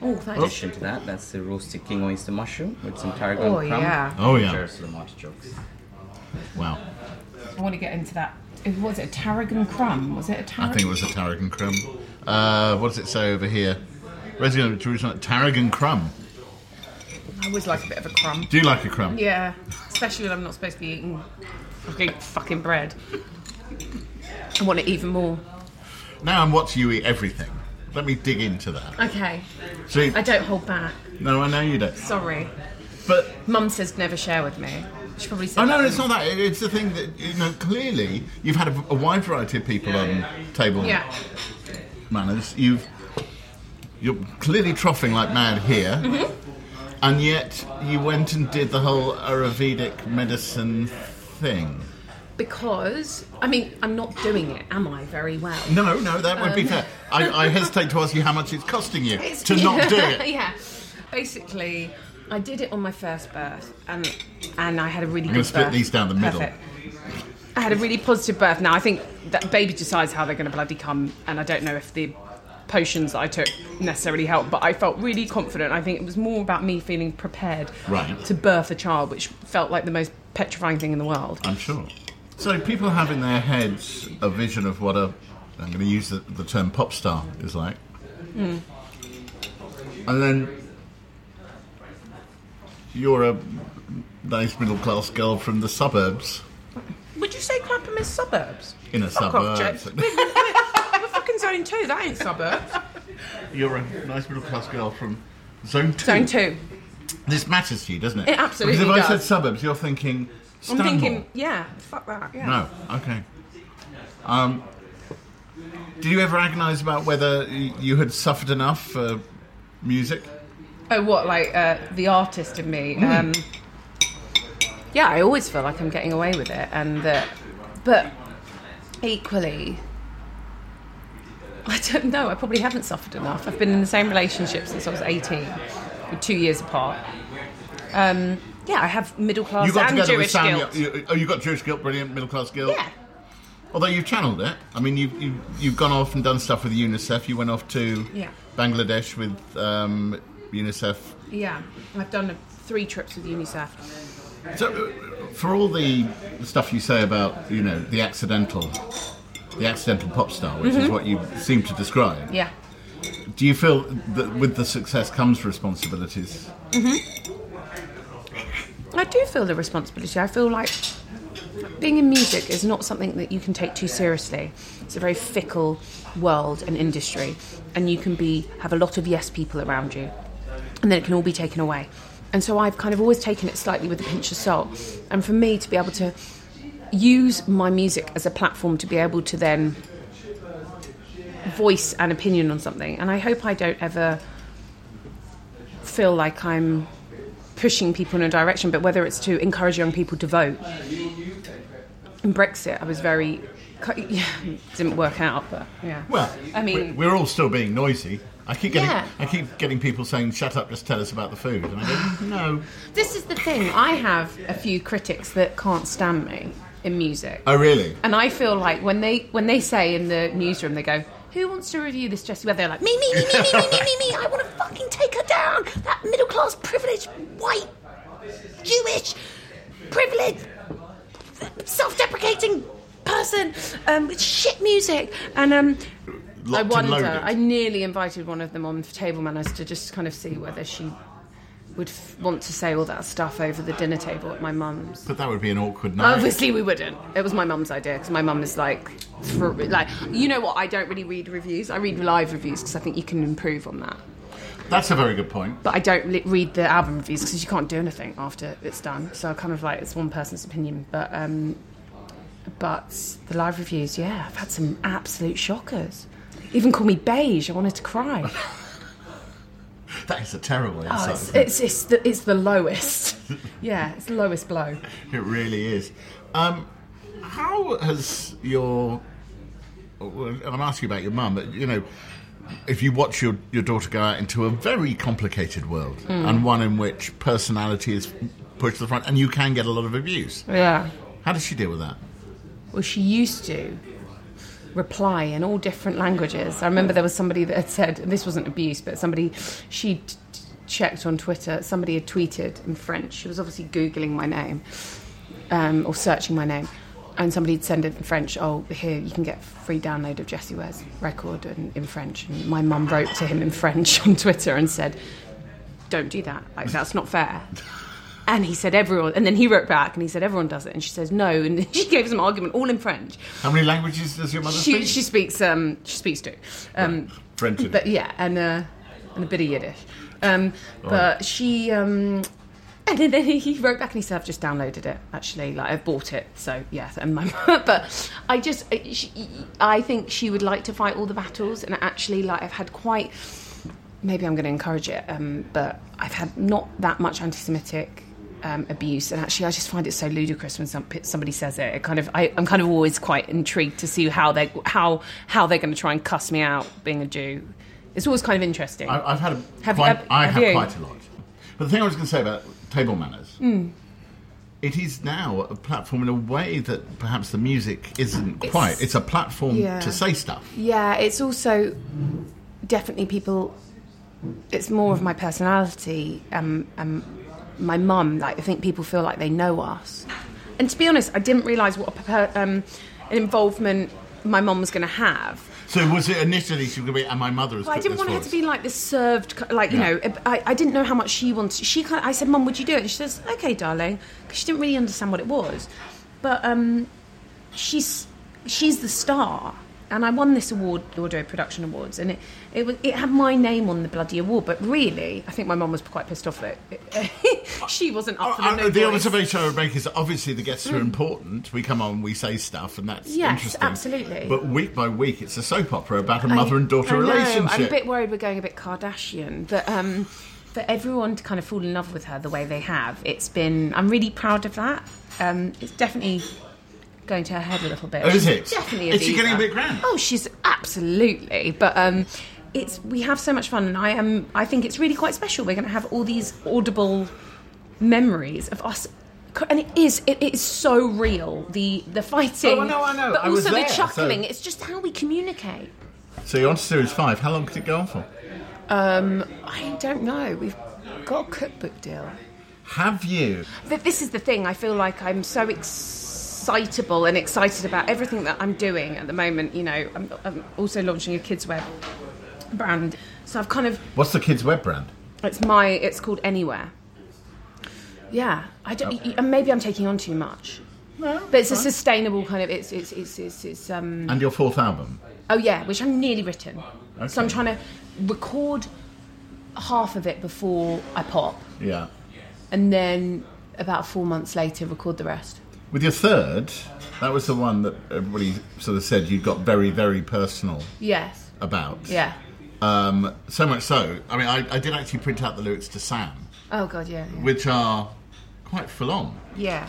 Speaker 4: Oh,
Speaker 6: In
Speaker 4: thanks.
Speaker 6: addition to that, that's the roasted king oyster mushroom with some tarragon
Speaker 3: Oh,
Speaker 6: crumb.
Speaker 3: yeah.
Speaker 2: Oh, yeah.
Speaker 6: Jerusalem artichokes.
Speaker 2: Wow.
Speaker 3: I want to get into that. What was it? A tarragon crumb? Was it a
Speaker 2: I
Speaker 3: tarragon?
Speaker 2: think it was a tarragon crumb. Uh, what does it say over here? Resident Jerusalem, tarragon crumb.
Speaker 3: I always like a bit of a crumb.
Speaker 2: Do you like a crumb?
Speaker 3: Yeah, especially when I'm not supposed to be eating fucking, fucking bread. I want it even more.
Speaker 2: Now I'm watching you eat everything. Let me dig into that.
Speaker 3: Okay,
Speaker 2: See,
Speaker 3: I don't hold back.
Speaker 2: no, I know you don't.
Speaker 3: Sorry.
Speaker 2: But
Speaker 3: Mum says never share with me. She probably said.
Speaker 2: Oh no,
Speaker 3: that
Speaker 2: it's not that. It- It's the thing that you know. Clearly, you've had a, a wide variety of people on table
Speaker 3: Yeah.
Speaker 2: manners. You've you're clearly troughing like mad here, and yet you went and did the whole Ayurvedic medicine thing.
Speaker 4: Because, I mean, I'm not doing it, am I? Very well.
Speaker 2: No, no, that would be fair. I, I hesitate to ask you how much it's costing you
Speaker 4: It's-
Speaker 2: to not do it.
Speaker 4: yeah. Basically, I did it on my first birth, and and I had a really.
Speaker 2: I'm
Speaker 4: good
Speaker 2: gonna split
Speaker 4: birth.
Speaker 2: these down the middle.
Speaker 4: Perfect. I had a really positive birth. Now I think that baby decides how they're going to bloody come, and I don't know if the potions that I took necessarily helped, but I felt really confident. I think it was more about me feeling prepared
Speaker 2: Right.
Speaker 4: to birth a child, which felt like the most petrifying thing in the world.
Speaker 2: I'm sure. So people have in their heads a vision of what a I'm going to use the, the term pop star is like,
Speaker 4: Hmm.
Speaker 2: and then you're a nice middle class girl from the suburbs
Speaker 3: Would you say Clapham is suburbs?
Speaker 2: in a
Speaker 3: Fuck off,
Speaker 2: suburb.
Speaker 3: Jake. We're fucking zone two. That ain't suburbs.
Speaker 2: You're a nice middle class girl from zone two.
Speaker 4: Zone two.
Speaker 2: This matters to you, doesn't it?
Speaker 4: It absolutely
Speaker 2: Because if I
Speaker 4: does.
Speaker 2: said suburbs, you're thinking.
Speaker 4: I'm
Speaker 2: Stanmore.
Speaker 4: thinking, yeah, fuck that. Yeah.
Speaker 2: No. Okay. Um, did you ever agonise about whether y- you had suffered enough for music?
Speaker 4: Oh, what like uh, the artist in
Speaker 2: Mm.
Speaker 4: me? Um, yeah, I always feel like I'm getting away with it, and that, but equally, I don't know. I probably haven't suffered enough. I've been in the same relationship since I was 18, we're two years apart. Um, yeah, I have middle class
Speaker 2: you got
Speaker 4: and
Speaker 2: together
Speaker 4: Jewish
Speaker 2: with Sam.
Speaker 4: guilt.
Speaker 2: You, you- oh, you got Jewish guilt, brilliant middle class guilt.
Speaker 4: yeah,
Speaker 2: Although you've channeled it. I mean, you've, you've you've gone off and done stuff with UNICEF. You went off to
Speaker 4: Yeah.
Speaker 2: Bangladesh with um, UNICEF
Speaker 4: yeah. I've done three trips with UNICEF.
Speaker 2: So, uh, for all the stuff you say about you know the accidental, the accidental pop star, which
Speaker 4: Mm-hmm.
Speaker 2: is what you seem to describe,
Speaker 4: Yeah.
Speaker 2: do you feel that with the success comes responsibilities?
Speaker 4: I do feel the responsibility. I feel like being in music is not something that you can take too seriously. It's a very fickle world and industry, and you can be have a lot of yes people around you, and then it can all be taken away. And so I've kind of always taken it slightly with a pinch of salt. And for me to be able to use my music as a platform to be able to then voice an opinion on something, and I hope I don't ever feel like I'm pushing people in a direction, but whether it's to encourage young people to vote. In Brexit, I was very. cu- Yeah, didn't work out, but yeah.
Speaker 2: Well,
Speaker 4: I mean-
Speaker 2: we- we're all still being noisy. I keep getting
Speaker 3: Yeah.
Speaker 2: I keep getting people saying, "Shut up, just tell us about the food," and I go, "No."
Speaker 3: This is the thing. I have a few critics that can't stand me in music.
Speaker 2: Oh, really?
Speaker 3: And I feel like when they when they say in the newsroom, they go, "Who wants to review this Jessie Ware?" They're like, "Me, me, me, me, me, me, me, me, me! I want to fucking take her down. That middle class, privileged, white, Jewish, privileged, self-deprecating person um, with shit music." And um,
Speaker 2: Locked
Speaker 3: I
Speaker 2: and
Speaker 3: wonder.
Speaker 2: loaded.
Speaker 3: I nearly invited one of them on for table manners to just kind of see whether she would f- want to say all that stuff over the dinner table at my mum's.
Speaker 2: But that would be an awkward night.
Speaker 3: Obviously, we wouldn't. It was my mum's idea because my mum is like, for, like you know what? I don't really read reviews. I read live reviews because I think you can improve on that.
Speaker 2: That's a very good point.
Speaker 3: But I don't li- read the album reviews because you can't do anything after it's done. So I kind of like it's one person's opinion. But um, but the live reviews, yeah, I've had some absolute shockers. Even call me beige. I wanted to cry.
Speaker 2: That is a terrible
Speaker 3: Oh,
Speaker 2: insult. isn't
Speaker 3: it's,
Speaker 2: it?
Speaker 3: it's, it's, the, it's the lowest. Yeah, it's the lowest blow.
Speaker 2: It really is. Um, how has your? well, And I'm asking about your mum, but you know, if you watch your, your daughter go out into a very complicated world
Speaker 3: Hmm.
Speaker 2: and one in which personality is pushed to the front, and you can get a lot of abuse.
Speaker 3: Yeah.
Speaker 2: How does she deal with that?
Speaker 3: Well, she used to reply in all different languages. I remember there was somebody that had said, and this wasn't abuse, but somebody, she t- t- checked on Twitter, somebody had tweeted in French. She was obviously Googling my name um, or searching my name. And somebody had sent it in French, oh, here, you can get free download of Jessie Ware's record in, in French. And my mum wrote to him in French on Twitter and said, don't do that. Like, that's not fair. And he said, everyone. And then he wrote back and he said, everyone does it. And she says, no. And she gave some argument, all in French.
Speaker 2: How many languages does your mother
Speaker 3: She,
Speaker 2: speak?
Speaker 3: she speaks, um, she speaks two. Um,
Speaker 2: French.
Speaker 3: but yeah, and, uh, and a bit of Yiddish. Um, but she, um, and then he wrote back and he said, I've just downloaded it, actually. Like, I've bought it. So, yeah. And my, but I just, uh, she, I think she would like to fight all the battles. And actually, like, I've had quite, maybe I'm going to encourage it, um, but I've had not that much anti-Semitic um, abuse, and actually, I just find it so ludicrous when some, somebody says it. it kind of, I, I'm kind of always quite intrigued to see how they how how they're going to try and cuss me out being a Jew. It's always kind of interesting.
Speaker 2: I, I've had a
Speaker 3: Have you-
Speaker 2: quite,
Speaker 3: have-
Speaker 2: I
Speaker 3: have
Speaker 2: have
Speaker 3: you?
Speaker 2: quite a lot. But the thing I was going to say about table manners,
Speaker 3: Hmm.
Speaker 2: it is now a platform in a way that perhaps the music isn't quite. It's a platform
Speaker 3: Yeah.
Speaker 2: to say stuff.
Speaker 3: Yeah, it's also definitely people. It's more of my personality. Um, um, my mum, like I think people feel like they know us. And to be honest, I didn't realise what a, per- um, an involvement my mum was going to have.
Speaker 2: So was it initially she was going to be, and my mother has
Speaker 3: Well, I
Speaker 2: cooked this
Speaker 3: didn't want
Speaker 2: for
Speaker 3: her
Speaker 2: us.
Speaker 3: to be like this served, c- like you
Speaker 2: Yeah.
Speaker 3: know. I, I didn't know how much she wanted. She kind I said, "Mum, would you do it?" And she says, "Okay, darling," because she didn't really understand what it was. But um, she's she's the star, and I won this award, the Audio Production Awards, and it it, was, it had my name on the bloody award. But really, I think my mum was quite pissed off that it, she wasn't up for the
Speaker 2: Uh,
Speaker 3: no
Speaker 2: the
Speaker 3: voice. Hmm.
Speaker 2: observation I would make is that obviously the guests are important. We come on, we say stuff, and that's
Speaker 3: Yes,
Speaker 2: interesting.
Speaker 3: absolutely.
Speaker 2: But week by week, it's a soap opera about a
Speaker 3: I-
Speaker 2: mother and daughter
Speaker 3: I know,
Speaker 2: relationship.
Speaker 3: I'm a bit worried we're going a bit Kardashian, but um, for everyone to kind of fall in love with her the way they have, it's been. I'm really proud of that. Um, it's definitely going to her head a little bit.
Speaker 2: Oh, is
Speaker 3: She's
Speaker 2: it?
Speaker 3: Definitely.
Speaker 2: Is she
Speaker 3: diva.
Speaker 2: getting a bit grand?
Speaker 3: Oh, she's absolutely. But um, it's we have so much fun, and I am. I think it's really quite special. We're going to have all these audible memories of us. And it is, it, it is so real. The the fighting,
Speaker 2: Oh, I know, I know.
Speaker 3: but
Speaker 2: I was
Speaker 3: also
Speaker 2: there,
Speaker 3: the
Speaker 2: so-
Speaker 3: chuckling. It's just how we communicate.
Speaker 2: so you're on to series five. How long could it go on for?
Speaker 3: Um, I don't know. We've got a cookbook deal.
Speaker 2: Have you?
Speaker 3: Th- This is the thing. I feel like I'm so excitable and excited about everything that I'm doing at the moment. You know, I'm, I'm also launching a kids' web brand, so I've kind of
Speaker 2: What's the kids' web brand?
Speaker 3: it's my it's called Anywhere. Yeah, I don't. y- y- And maybe I'm taking on too much. No, but it's a sustainable kind of. It's it's it's it's, it's um.
Speaker 2: And your fourth album?
Speaker 3: Oh yeah, which I've nearly written. So I'm
Speaker 2: Okay.
Speaker 3: trying to record half of it before I pop,
Speaker 2: Yeah.
Speaker 3: and then about four months later record the rest.
Speaker 2: With your third, that was the one that everybody sort of said you got very, very personal
Speaker 3: Yes.
Speaker 2: about.
Speaker 3: Yeah.
Speaker 2: Um, so much so, I mean, I, I did actually print out the lyrics to Sam,
Speaker 3: Oh god, yeah. yeah.
Speaker 2: which are quite full on.
Speaker 3: Yeah.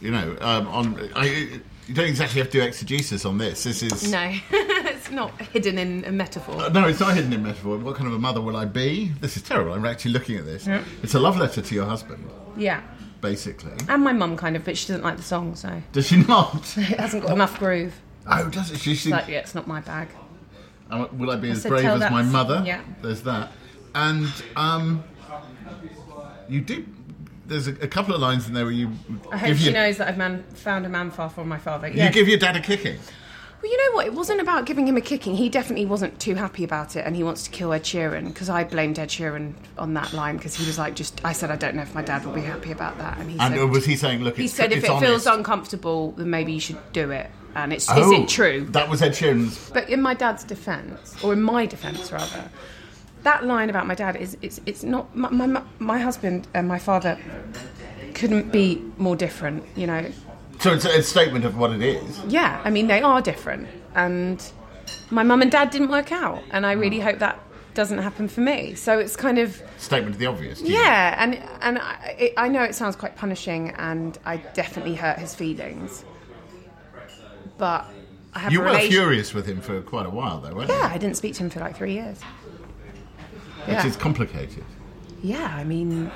Speaker 2: You know, um, on I, you don't exactly have to do exegesis on this. This is
Speaker 3: No. it's
Speaker 4: It's not hidden in a metaphor.
Speaker 2: No, it's not hidden in metaphor. What kind of a mother will I be? This is terrible. I'm actually looking at this. It's a love letter to your husband,
Speaker 4: Yeah.
Speaker 2: basically.
Speaker 4: And my mum kind of, but she doesn't like the song, so
Speaker 2: Does she not?
Speaker 4: it hasn't got enough groove.
Speaker 2: Oh, does it? She, she,
Speaker 4: Like, yeah, it's not my bag.
Speaker 2: Uh, Will I be as
Speaker 4: said,
Speaker 2: brave
Speaker 4: tell
Speaker 2: as my
Speaker 4: that's-
Speaker 2: mother?
Speaker 4: yeah.
Speaker 2: There's that. And um, you do. There's a, a couple of lines in there where you
Speaker 4: I hope
Speaker 2: give
Speaker 4: she
Speaker 2: your,
Speaker 4: knows that I've man, found a man far from my father.
Speaker 2: you
Speaker 4: Yeah.
Speaker 2: give your dad a kicking.
Speaker 3: Well, you know what? It wasn't about giving him a kicking. He definitely wasn't too happy about it, and he wants to kill Ed Sheeran because I blamed Ed Sheeran on that line because he was like, just I said I don't know if my dad will be happy about that, and he
Speaker 2: And
Speaker 3: said,
Speaker 2: uh, was he saying, "Look,
Speaker 3: he
Speaker 2: it's,
Speaker 3: said if
Speaker 2: it's
Speaker 3: it feels
Speaker 2: honest.
Speaker 3: uncomfortable, then maybe you should do it. And it's
Speaker 2: Oh,
Speaker 3: is it true?
Speaker 2: That was Ed Sheeran's.
Speaker 3: But in my dad's defence, or in my defence rather, that line about my dad is it's it's not my my, my husband and my father couldn't be more different. You know,
Speaker 2: So it's a, a statement of what it is.
Speaker 3: yeah, I mean, they are different. And my mum and dad didn't work out. And I really hope that doesn't happen for me. So it's kind of,
Speaker 2: Statement of the obvious. to you.
Speaker 3: yeah. And, and I, it, I know it sounds quite punishing and I definitely hurt his feelings. But I have
Speaker 2: You
Speaker 3: a
Speaker 2: were
Speaker 3: relation-
Speaker 2: furious with him for quite a while, though, weren't
Speaker 3: Yeah, I didn't speak to him for like three years.
Speaker 2: you?
Speaker 3: yeah.
Speaker 2: Which is complicated.
Speaker 3: Yeah, I mean,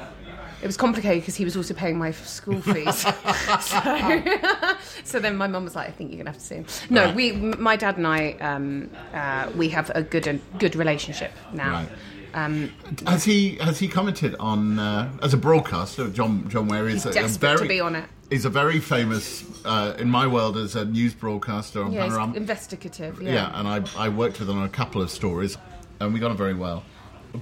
Speaker 3: it was complicated because he was also paying my f- school fees. so, so then my mum was like, "I think you're gonna have to see him." No,
Speaker 2: Right.
Speaker 3: we, m- my dad and I, um, uh, we have a good and good relationship now.
Speaker 2: Right.
Speaker 3: Um,
Speaker 2: Has he has he commented on uh, as a broadcaster? John John Ware is
Speaker 3: He's
Speaker 2: a, a
Speaker 3: desperate
Speaker 2: very
Speaker 3: to be on it.
Speaker 2: He's a very famous uh, in my world as a news broadcaster on
Speaker 3: Yeah, he's
Speaker 2: Panorama.
Speaker 3: investigative. Yeah.
Speaker 2: yeah. uh, and I I worked with him on a couple of stories, and we got on very well.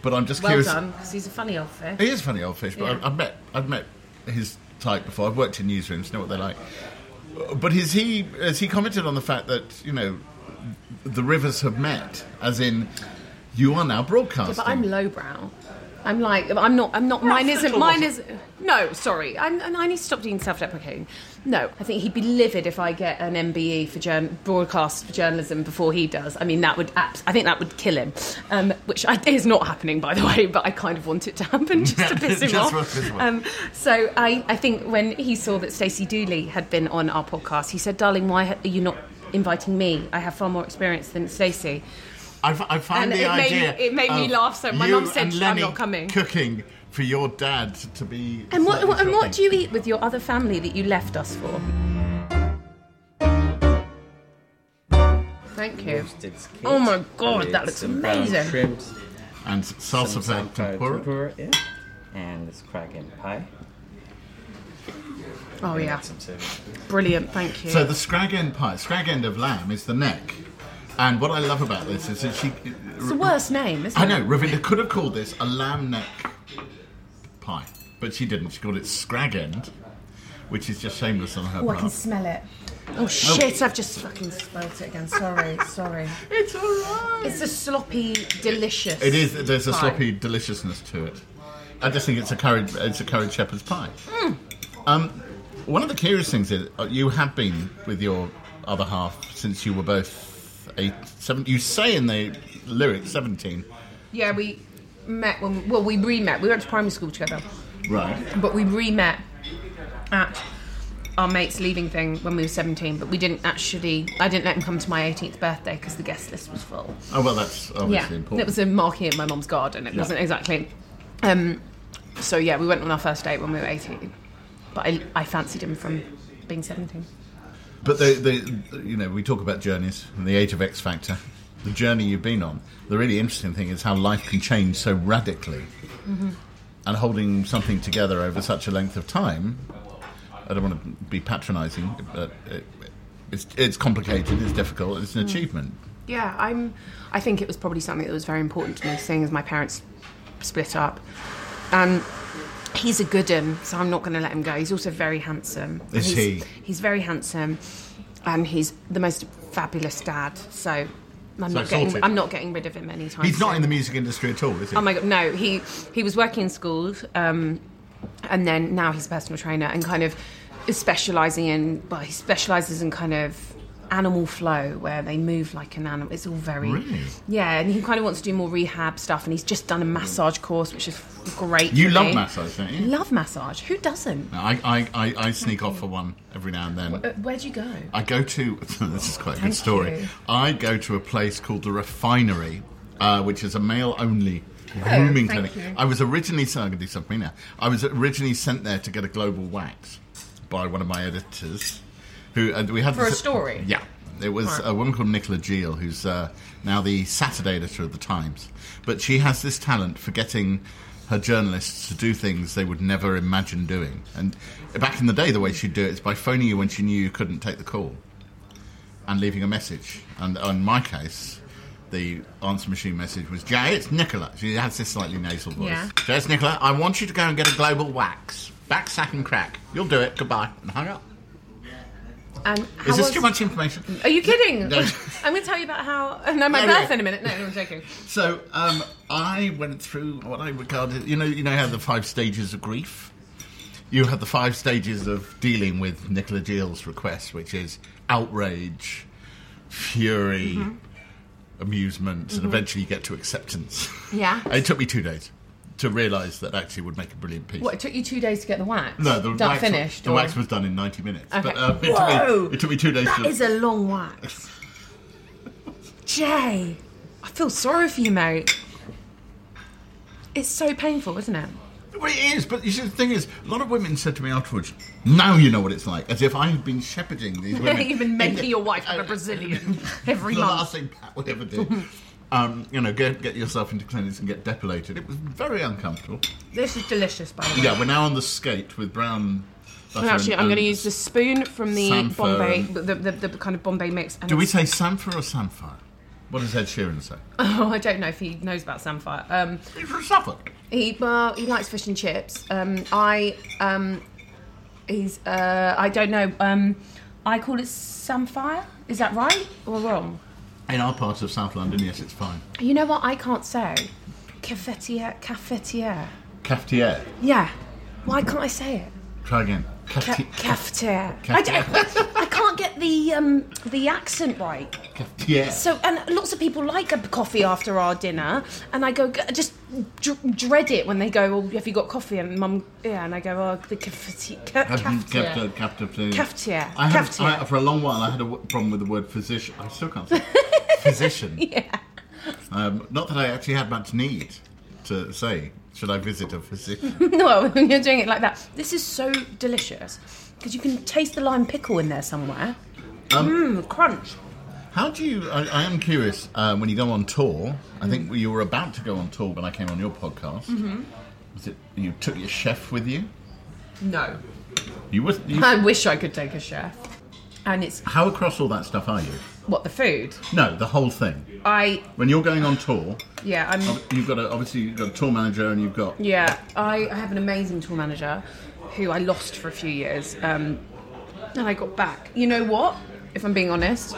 Speaker 2: But I'm just
Speaker 4: well
Speaker 2: curious.
Speaker 4: done, because he's a funny old fish.
Speaker 2: He is a funny old fish, but
Speaker 4: Yeah.
Speaker 2: I, I've met I've met his type before. I've worked in newsrooms, know what they're like. But has he has he commented on the fact that you know the rivers have met, as in you are now broadcasting?
Speaker 3: but I'm lowbrow. I'm like, I'm not, I'm not, mine isn't, mine is, no, sorry. I'm, and I need to stop being self deprecating. No, I think he'd be livid if I get an MBE for jour- broadcast for journalism before he does. I mean, that would, abs- I think that would kill him, um, which I, is not happening, by the way, but I kind of want it to happen just to piss him
Speaker 2: Just
Speaker 3: off.
Speaker 2: for piss him off.
Speaker 3: Um, so I, I think when he saw that Stacey Dooley had been on our podcast, he said, darling, why ha- are you not inviting me? I have far more experience than Stacey.
Speaker 2: I, f- I find
Speaker 3: And
Speaker 2: the
Speaker 3: it made
Speaker 2: idea.
Speaker 3: me- it made me
Speaker 2: of
Speaker 3: laugh so- my
Speaker 2: you
Speaker 3: mum said,
Speaker 2: and
Speaker 3: "I'm not
Speaker 2: Lenny
Speaker 3: coming."
Speaker 2: Cooking for your dad to be.
Speaker 3: And what,
Speaker 2: slightly
Speaker 3: and what
Speaker 2: shocking.
Speaker 3: do you eat with your other family that you left us for? Thank you.
Speaker 6: Roasted skate,
Speaker 3: Oh my God, that
Speaker 6: with
Speaker 3: looks
Speaker 6: some brown
Speaker 3: amazing.
Speaker 6: Shrimps,
Speaker 2: And salsa
Speaker 6: some
Speaker 2: for
Speaker 6: sampan
Speaker 2: tempura.
Speaker 6: yeah. And it's crack and pie.
Speaker 3: Oh yeah,
Speaker 6: Some serving.
Speaker 3: brilliant. Thank you.
Speaker 2: So the scrag end pie, scrag end of lamb is the neck. And what I love about this is that she.
Speaker 3: it's the worst name, isn't
Speaker 2: I
Speaker 3: it?
Speaker 2: know Ravinda could have called this a lamb neck pie, but she didn't. She called it scrag end, which is just shameless on her
Speaker 8: Oh, I can
Speaker 2: part.
Speaker 8: smell it.
Speaker 3: Oh shit! I've just
Speaker 8: Fucking spelt it again. Sorry, sorry.
Speaker 2: It's alright.
Speaker 3: it's a sloppy, delicious.
Speaker 2: It is. There's a
Speaker 3: pie.
Speaker 2: sloppy deliciousness to it. I just think it's a curried, it's a curried shepherd's pie. Um, one of the curious things is uh, you have been with your other half since you were both eight, seven. You say in the lyrics seventeen,
Speaker 4: Yeah, we met when, well, we re met. We went to primary school together,
Speaker 2: right?
Speaker 4: but we re met at our mate's leaving thing when we were 17, but we didn't actually, I didn't let him come to my 18th birthday because the guest list was full.
Speaker 2: Oh well, that's
Speaker 4: Yeah,
Speaker 2: obviously important.
Speaker 4: it was a marquee in my mum's garden. It
Speaker 2: Yeah.
Speaker 4: wasn't exactly. Um, so yeah, we went on our first date when we were eighteen, but I, I fancied him from being seventeen.
Speaker 2: But the, the, you know, we talk about journeys and the age of X Factor, the journey you've been on. The really interesting thing is how life can change so radically,
Speaker 3: Mm-hmm.
Speaker 2: and holding something together over such a length of time. I don't want to be patronising, but it, it's it's complicated. It's difficult.
Speaker 3: Mm.
Speaker 2: It's an achievement.
Speaker 3: Yeah, I'm. I think it was probably something that was very important to me, seeing as my parents split up. And he's a good un, so I'm not going to let him go. He's also very handsome. And
Speaker 2: Is
Speaker 3: he's,
Speaker 2: he?
Speaker 3: He's very handsome, and he's the most fabulous dad. So I'm not
Speaker 2: sorted.
Speaker 3: getting. I'm not getting rid of him anytime.
Speaker 2: He's not
Speaker 3: soon.
Speaker 2: in the music industry at all, is he?
Speaker 3: Oh my god, no. He he was working in schools, um, and then now he's a personal trainer and kind of is specialising in. Well, he specialises in kind of animal flow where they move like an animal. It's all very
Speaker 2: Really?
Speaker 3: yeah, and he kind of wants to do more rehab stuff, and he's just done a massage course, which is f- great.
Speaker 2: You
Speaker 3: for
Speaker 2: love
Speaker 3: me.
Speaker 2: massage, don't you?
Speaker 3: Love massage. Who doesn't?
Speaker 2: No, I, I, I, I sneak off for one every now and then.
Speaker 3: Uh, Where'd you go?
Speaker 2: I go to this is quite a good
Speaker 3: Thank
Speaker 2: story.
Speaker 3: you.
Speaker 2: I go to a place called the Refinery, uh, which is a male only grooming
Speaker 3: Oh, thank
Speaker 2: clinic.
Speaker 3: you.
Speaker 2: I was originally so I'm gonna do something now. I was originally sent there to get a global wax by one of my editors, who and we had
Speaker 3: For a story?
Speaker 2: Yeah, it was a woman called Nicola Geel, who's uh, now the Saturday editor of the Times. But she has this talent for getting her journalists to do things they would never imagine doing. And back in the day, the way she'd do it is by phoning you when she knew you couldn't take the call and leaving a message. And in my case, the answer machine message was, Jay, it's Nicola. She has this slightly nasal voice.
Speaker 3: Yeah.
Speaker 2: Jay, it's Nicola. I want you to go and get a global wax. Back, sack, and crack. You'll do it. Goodbye. And hung up.
Speaker 3: And how
Speaker 2: Is this
Speaker 3: was-
Speaker 2: too much information?
Speaker 3: Are you kidding?
Speaker 2: No.
Speaker 3: I'm going to tell you about how. No, my
Speaker 2: No, no.
Speaker 3: birth in a minute. No, no, I'm joking.
Speaker 2: So um, I went through what I regarded, you know, you know how the five stages of grief. You have the five stages of dealing with Nicola Geel's request, which is outrage, fury, amusement, and eventually you get to acceptance.
Speaker 3: Mm-hmm. Yeah.
Speaker 2: it took me two days to realise that actually would make a brilliant piece.
Speaker 3: What, it took you two days to get the wax?
Speaker 2: No, the
Speaker 3: Done,
Speaker 2: wax,
Speaker 3: finished.
Speaker 2: the
Speaker 3: or-
Speaker 2: wax was done in ninety minutes.
Speaker 3: Okay.
Speaker 2: But um, it,
Speaker 9: Whoa!
Speaker 2: Took me, it took me two days.
Speaker 3: That
Speaker 2: to,
Speaker 3: is a long wax. Jay, I feel sorry for you, mate. It's so painful, isn't it?
Speaker 2: Well, it is, but you see, the thing is, a lot of women said to me afterwards, now you know what it's like, as if I have been shepherding these women.
Speaker 3: You've been making your wife like a Brazilian every
Speaker 2: the last
Speaker 3: month.
Speaker 2: thing Pat would ever do. Um, you know, get, get yourself into clinics and get depilated. It was very uncomfortable.
Speaker 3: This is delicious, by the way.
Speaker 2: Yeah, we're now on the skate with brown. butter
Speaker 3: Actually,
Speaker 2: and
Speaker 3: I'm going to
Speaker 2: oats.
Speaker 3: use the spoon from the
Speaker 2: Samphire
Speaker 3: Bombay,
Speaker 2: and-
Speaker 3: the, the, the, kind of Bombay mix. And
Speaker 2: Do we
Speaker 3: it's-
Speaker 2: say samphire or samphire? What does Ed Sheeran say?
Speaker 3: Oh, I don't know if he knows about samphire. Um,
Speaker 2: He's from Suffolk.
Speaker 3: He well, he likes fish and chips. Um, I um, he's uh, I don't know. Um, I call it samphire. Is that right or wrong?
Speaker 2: In our part of South London, yes, it's fine.
Speaker 3: You know what? I can't say cafetiere. Cafetiere.
Speaker 2: Cafetiere.
Speaker 3: Yeah. Why can't I say it?
Speaker 2: Try again.
Speaker 3: Ca-
Speaker 2: Cafeti-
Speaker 3: Cafetiere. I, don't- I can't get the um, the accent right.
Speaker 2: Cafetiere.
Speaker 3: So, and lots of people like a coffee after our dinner, and I go "G- I just dr- dread it when they go, "Well, have you got coffee?" And mum, yeah, and I go, "Oh, the cafetiere."
Speaker 2: Have you kept a captive to-
Speaker 3: Cafetiere.
Speaker 2: I had,
Speaker 3: Cafetiere.
Speaker 2: I- for a long while, I had a w- problem with the word physician. I still can't say physician. Yeah. Um, not that I actually had much need to say, should I visit a physician?
Speaker 3: No, when you're doing it like that. This is so delicious because you can taste the lime pickle in there somewhere.
Speaker 2: Um,
Speaker 3: Mmm, crunch.
Speaker 2: How do you? I, I am curious. Uh, when you go on tour, I
Speaker 3: Mm-hmm.
Speaker 2: think you were about to go on tour when I came on your podcast. Was it you took your chef with you?
Speaker 3: No,
Speaker 2: You was. You,
Speaker 3: I wish I could take a chef. And it's
Speaker 2: how across all that stuff are you?
Speaker 3: what the food.
Speaker 2: No, the whole thing.
Speaker 3: I
Speaker 2: When you're going on tour,
Speaker 3: yeah, I'm
Speaker 2: ob- you've got a, obviously you've got a tour manager and you've got
Speaker 3: yeah. I, I have an amazing tour manager who I lost for a few years, um, and I got back. You know what? If I'm being honest,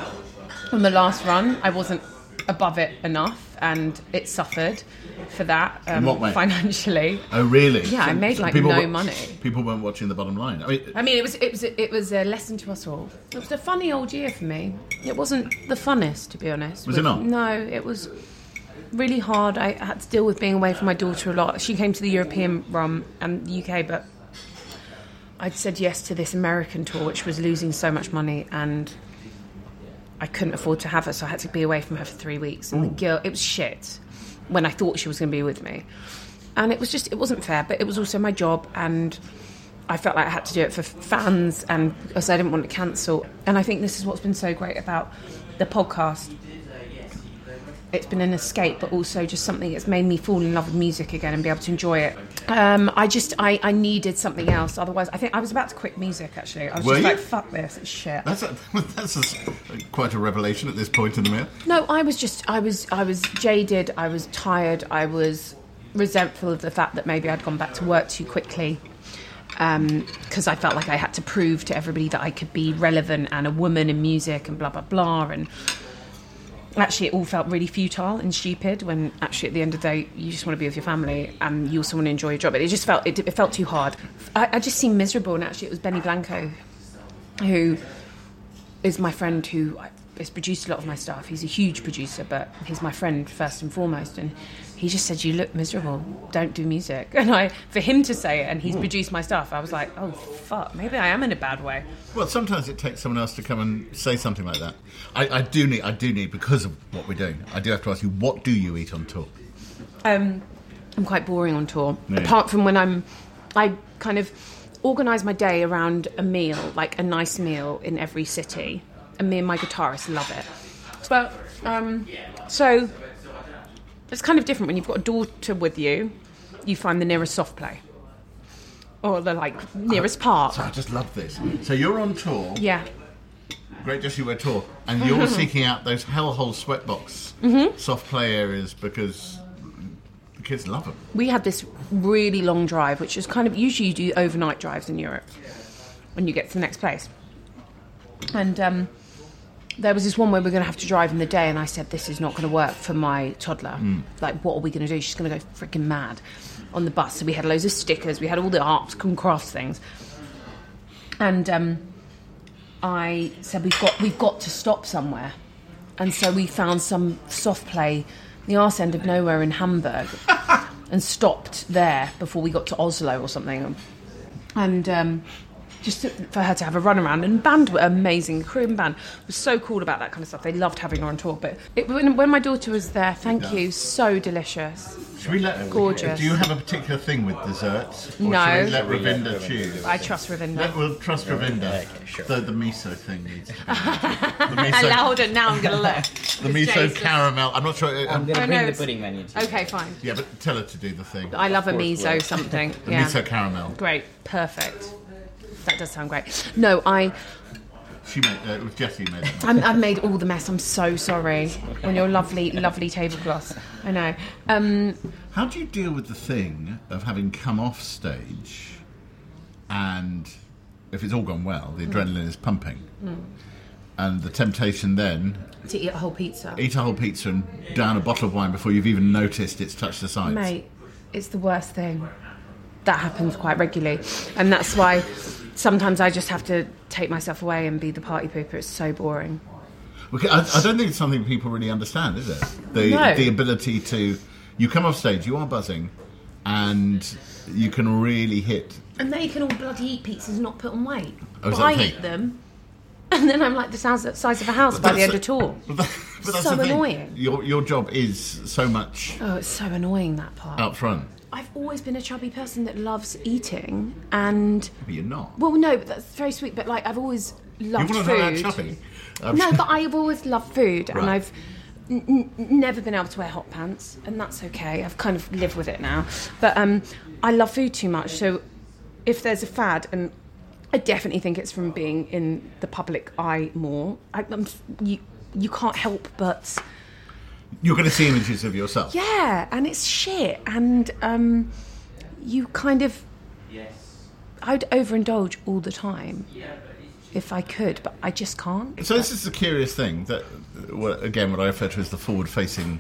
Speaker 3: on the last run, I wasn't above it enough, and it suffered for that um,
Speaker 2: what way?
Speaker 3: financially.
Speaker 2: Oh, really?
Speaker 3: Yeah, I made, like, no
Speaker 2: wa-
Speaker 3: money.
Speaker 2: People weren't watching the bottom line. I mean,
Speaker 3: I mean, it was it was it was a lesson to us all. It was a funny old year for me. It wasn't the funnest, to be honest.
Speaker 2: Was it not?
Speaker 3: No, it was really hard. I had to deal with being away from my daughter a lot. She came to the European run and the UK, but I'd said yes to this American tour, which was losing so much money, and I couldn't afford to have her, so I had to be away from her for three weeks.
Speaker 2: Mm.
Speaker 3: And the girl, it was shit when I thought she was going to be with me. And it was just, it wasn't fair, but it was also my job, and I felt like I had to do it for fans, and because I didn't want to cancel. And I think this is what's been so great about the podcast. It's been an escape, but also just something that's made me fall in love with music again and be able to enjoy it. Um, I just, I, I needed something else. Otherwise, I think I was about to quit music. Actually, I was
Speaker 2: Were
Speaker 3: just
Speaker 2: you?
Speaker 3: like, "Fuck this, it's shit."
Speaker 2: that's a, that's a s quite a revelation at this point in the mail.
Speaker 3: No, I was just I was I was jaded, I was tired, I was resentful of the fact that maybe I'd gone back to work too quickly. Because um, I felt like I had to prove to everybody that I could be relevant and a woman in music and blah blah blah. And actually, it all felt really futile and stupid. When actually, at the end of the day, you just want to be with your family and you also want to enjoy your job. It just felt it, it felt too hard. I, I just seemed miserable. And actually, it was Benny Blanco who
Speaker 4: is my friend who I- has produced a lot of my stuff. He's a huge producer, but he's my friend first and foremost. And he just said, "You look miserable. Don't do music." And I, for him to say it, and he's produced my stuff, I was like, "Oh fuck, maybe I am in a bad way."
Speaker 2: Well, sometimes it takes someone else to come and say something like that. I, I do need, I do need, because of what we're doing, I do have to ask you, what do you eat on tour?
Speaker 4: Um, I'm quite boring on tour.
Speaker 2: Yeah.
Speaker 4: Apart from when I'm, I kind of organise my day around a meal, like a nice meal in every city. And me and my guitarist love it. But um, so it's kind of different when you've got a daughter with you. You find the nearest soft play, or the like nearest park.
Speaker 2: So I just love this. So you're on tour,
Speaker 4: Yeah.
Speaker 2: Great Jessie Ware tour, and you're seeking out those hellhole sweatbox
Speaker 3: Mm-hmm.
Speaker 2: soft play areas because the kids love them.
Speaker 4: we had this really long drive, which is kind of usually you do overnight drives in Europe when you get to the next place. And um, there was this one where we are going to have to drive in the day, and I said, This is not going to work for my toddler. Like, what are we going to do? She's going to go freaking mad on the bus. So we had loads of stickers, we had all the arts and crafts things. And um, I said, We've got, we've got to stop somewhere. And so we found some soft play, the arse end of nowhere in Hamburg and stopped there before we got to Oslo or something. And um, just to, for her to have a run around. And um, band were amazing. The crew and band was so cool about that kind of stuff. They loved having her on tour. But it, when, when my daughter was there, thank you, so delicious.
Speaker 2: Should we let
Speaker 4: Gorgeous.
Speaker 2: Do you have a particular thing with desserts? Or
Speaker 4: No.
Speaker 2: Should we let Ravinda choose?
Speaker 4: I trust Ravinda.
Speaker 2: Let- we'll trust Ravinda. Though the miso thing needs to be. the miso,
Speaker 4: Louder now, I'm going to look.
Speaker 2: the miso caramel. I'm not sure.
Speaker 6: I'm
Speaker 2: um,
Speaker 6: gonna
Speaker 4: Oh,
Speaker 6: bring
Speaker 4: no,
Speaker 6: the
Speaker 4: it's-
Speaker 6: pudding menu. To you.
Speaker 4: Okay, fine.
Speaker 2: yeah, but tell her to do the thing.
Speaker 4: I love a
Speaker 6: course,
Speaker 4: miso
Speaker 6: well.
Speaker 4: something.
Speaker 2: The
Speaker 4: yeah.
Speaker 2: miso caramel.
Speaker 4: Great. Perfect. That does sound great. No, I,
Speaker 2: She made, uh, it was Jessie who made that.
Speaker 4: I'm, I've made all the mess. I'm so sorry on your lovely, lovely tablecloth. I know. Um,
Speaker 2: How do you deal with the thing of having come off stage and if it's all gone well, the adrenaline is pumping?
Speaker 4: Mm.
Speaker 2: And the temptation then,
Speaker 4: to eat a whole pizza.
Speaker 2: eat a whole pizza and down a bottle of wine before you've even noticed it's touched the sides.
Speaker 4: Mate, it's the worst thing. That happens quite regularly. And that's why sometimes I just have to take myself away and be the party pooper. It's so boring.
Speaker 2: Okay, I, I don't think it's something people really understand, is it? The
Speaker 4: No.
Speaker 2: the ability to you come off stage, you are buzzing, and you can really hit.
Speaker 4: And they can all bloody eat pizzas and not put on weight.
Speaker 2: Oh, is
Speaker 4: but
Speaker 2: that
Speaker 4: I
Speaker 2: the thing?
Speaker 4: eat them. And then I'm like the size, size of a house by the
Speaker 2: That's
Speaker 4: end of
Speaker 2: a-
Speaker 4: tour.
Speaker 2: But that- but that's
Speaker 4: So
Speaker 2: the thing.
Speaker 4: annoying.
Speaker 2: Your your job is so much
Speaker 4: Oh, it's so annoying that part.
Speaker 2: out front,
Speaker 4: I've always been a chubby person that loves eating and
Speaker 2: but you're not.
Speaker 4: well no, but that's very sweet, but like I've always
Speaker 2: you
Speaker 4: loved
Speaker 2: want to
Speaker 4: food.
Speaker 2: know that shopping? Um,
Speaker 4: No, but I've always loved food, and
Speaker 2: Right.
Speaker 4: I've n- n- never been able to wear hot pants, and that's okay. I've kind of lived with it now. But um, I love food too much, so if there's a fad, and I definitely think it's from being in the public eye more. I, I'm s- you, you can't help but
Speaker 2: you're going to see images of yourself.
Speaker 4: yeah, and it's shit, and um, you kind of I'd overindulge all the time if I could, but I just can't.
Speaker 2: So this is the curious thing that, uh, what, again, what I refer to as the forward-facing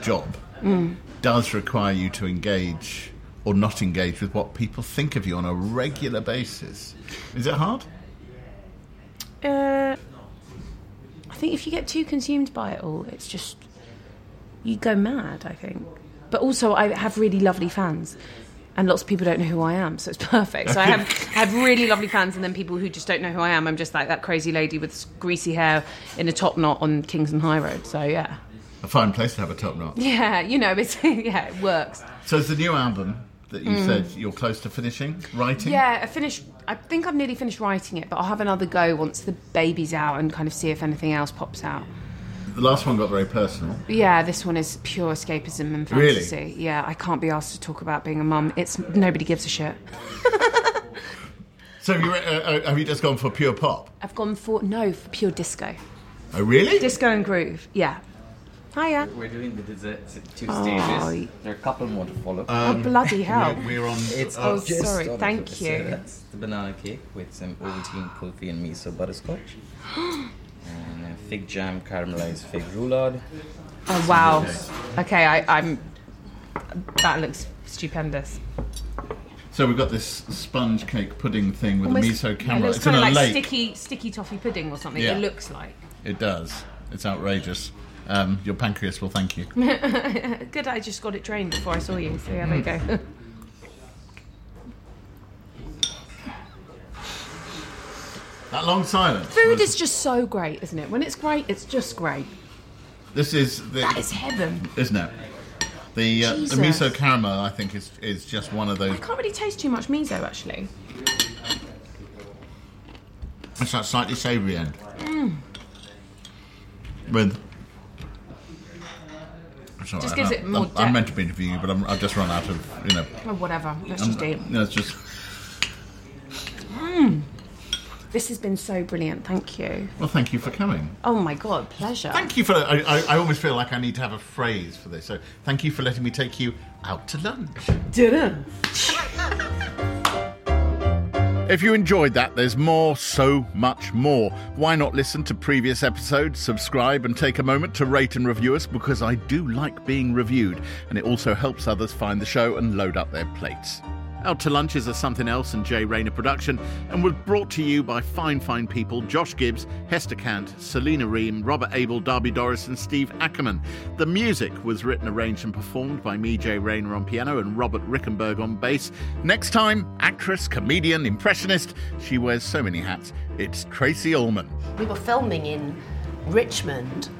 Speaker 2: job
Speaker 3: Mm.
Speaker 2: does require you to engage or not engage with what people think of you on a regular basis. Is it hard?
Speaker 4: Uh, I think if you get too consumed by it all, it's just you go mad. I think, but also I have really lovely fans, and lots of people don't know who I am, so it's perfect. So I have I have really lovely fans, and then people who just don't know who I am. I'm just like that crazy lady with s- greasy hair in a top knot on Kingston High Road. So yeah,
Speaker 2: A fine place to have a top knot.
Speaker 4: yeah, you know, it's yeah, it works.
Speaker 2: So it's the new album that you
Speaker 3: Mm.
Speaker 2: said you're close to finishing writing.
Speaker 4: Yeah, I finished. I think I've nearly finished writing it, but I'll have another go once the baby's out and kind of see if anything else pops out.
Speaker 2: The last one got very personal.
Speaker 4: Yeah, this one is pure escapism and
Speaker 2: Really?
Speaker 4: fantasy. Yeah, I can't be asked to talk about being a mum. It's nobody gives a shit.
Speaker 2: So have you, uh, uh, have you just gone for pure pop?
Speaker 4: I've gone for no for pure disco,
Speaker 2: Oh, really?
Speaker 4: disco and groove. Yeah. Hiya.
Speaker 6: We're doing the desserts in two
Speaker 4: Oh,
Speaker 6: stages. There are a couple more to follow.
Speaker 4: oh bloody hell!
Speaker 2: We're on. uh,
Speaker 6: It's
Speaker 4: Oh,
Speaker 6: Uh, just
Speaker 4: sorry,
Speaker 6: on
Speaker 4: thank
Speaker 6: the
Speaker 4: you.
Speaker 6: dessert. That's the banana cake with some Ovaltine kulfi and miso butterscotch. and a fig jam caramelized fig roulade.
Speaker 4: Oh wow. Okay, I, I'm. That looks stupendous.
Speaker 10: So we've got this sponge cake pudding thing with
Speaker 3: Almost-
Speaker 10: a miso
Speaker 3: It
Speaker 10: camera.
Speaker 3: looks
Speaker 10: It's in
Speaker 3: kind
Speaker 10: a
Speaker 3: of like
Speaker 10: lake.
Speaker 3: sticky, sticky toffee pudding or something.
Speaker 10: Yeah.
Speaker 3: It looks like
Speaker 10: It does. It's outrageous. Um, your pancreas will thank you.
Speaker 3: good. I just got it drained before I saw you. So yeah, there you go.
Speaker 10: That long silence.
Speaker 3: Food
Speaker 10: was-
Speaker 3: is just so great, isn't it? When it's great, it's just great.
Speaker 10: This is the,
Speaker 3: That is heaven.
Speaker 10: isn't it? The, uh, the
Speaker 3: Jesus.
Speaker 10: miso caramel, I think, is is just one of those.
Speaker 3: I can't really taste too much miso actually.
Speaker 10: It's that slightly savoury end.
Speaker 3: Mm.
Speaker 10: With. It's all
Speaker 3: Just
Speaker 10: right,
Speaker 3: gives
Speaker 10: I-
Speaker 3: it more
Speaker 10: I'm, I'm
Speaker 3: depth.
Speaker 10: meant to be interviewing you, but I'm, I've just run out of you know.
Speaker 3: Well, whatever. Let's just eat.
Speaker 10: No, it's just.
Speaker 3: This has been so brilliant. Thank you.
Speaker 10: Well, thank you for coming.
Speaker 3: Oh my god, pleasure.
Speaker 10: Thank you for. I, I, I always feel like I need to have a phrase for this. So thank you for letting me take you out to lunch.
Speaker 2: If you enjoyed that, there's more, so much more. Why not listen to previous episodes, subscribe, and take a moment to rate and review us because I do like being reviewed, and it also helps others find the show and load up their plates. Out to Lunch is a Something Else and Jay Rayner production and was brought to you by fine, fine people Josh Gibbs, Hester Cant, Selena Ream, Robert Abel, Darby Doris, and Steve Ackerman. The music was written, arranged, and performed by me, Jay Rayner, on piano and Robert Rickenberg on bass. Next time, actress, comedian, impressionist. She wears so many hats. It's Tracy Ullman.
Speaker 11: We were filming in Richmond,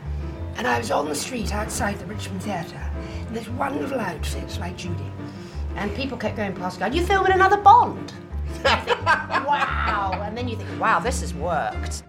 Speaker 11: and I was on the street outside the Richmond Theatre in this wonderful outfit, like Judy. And people kept going past, going, "You filming another Bond?" You think, wow! And then you think, "Wow, this has worked."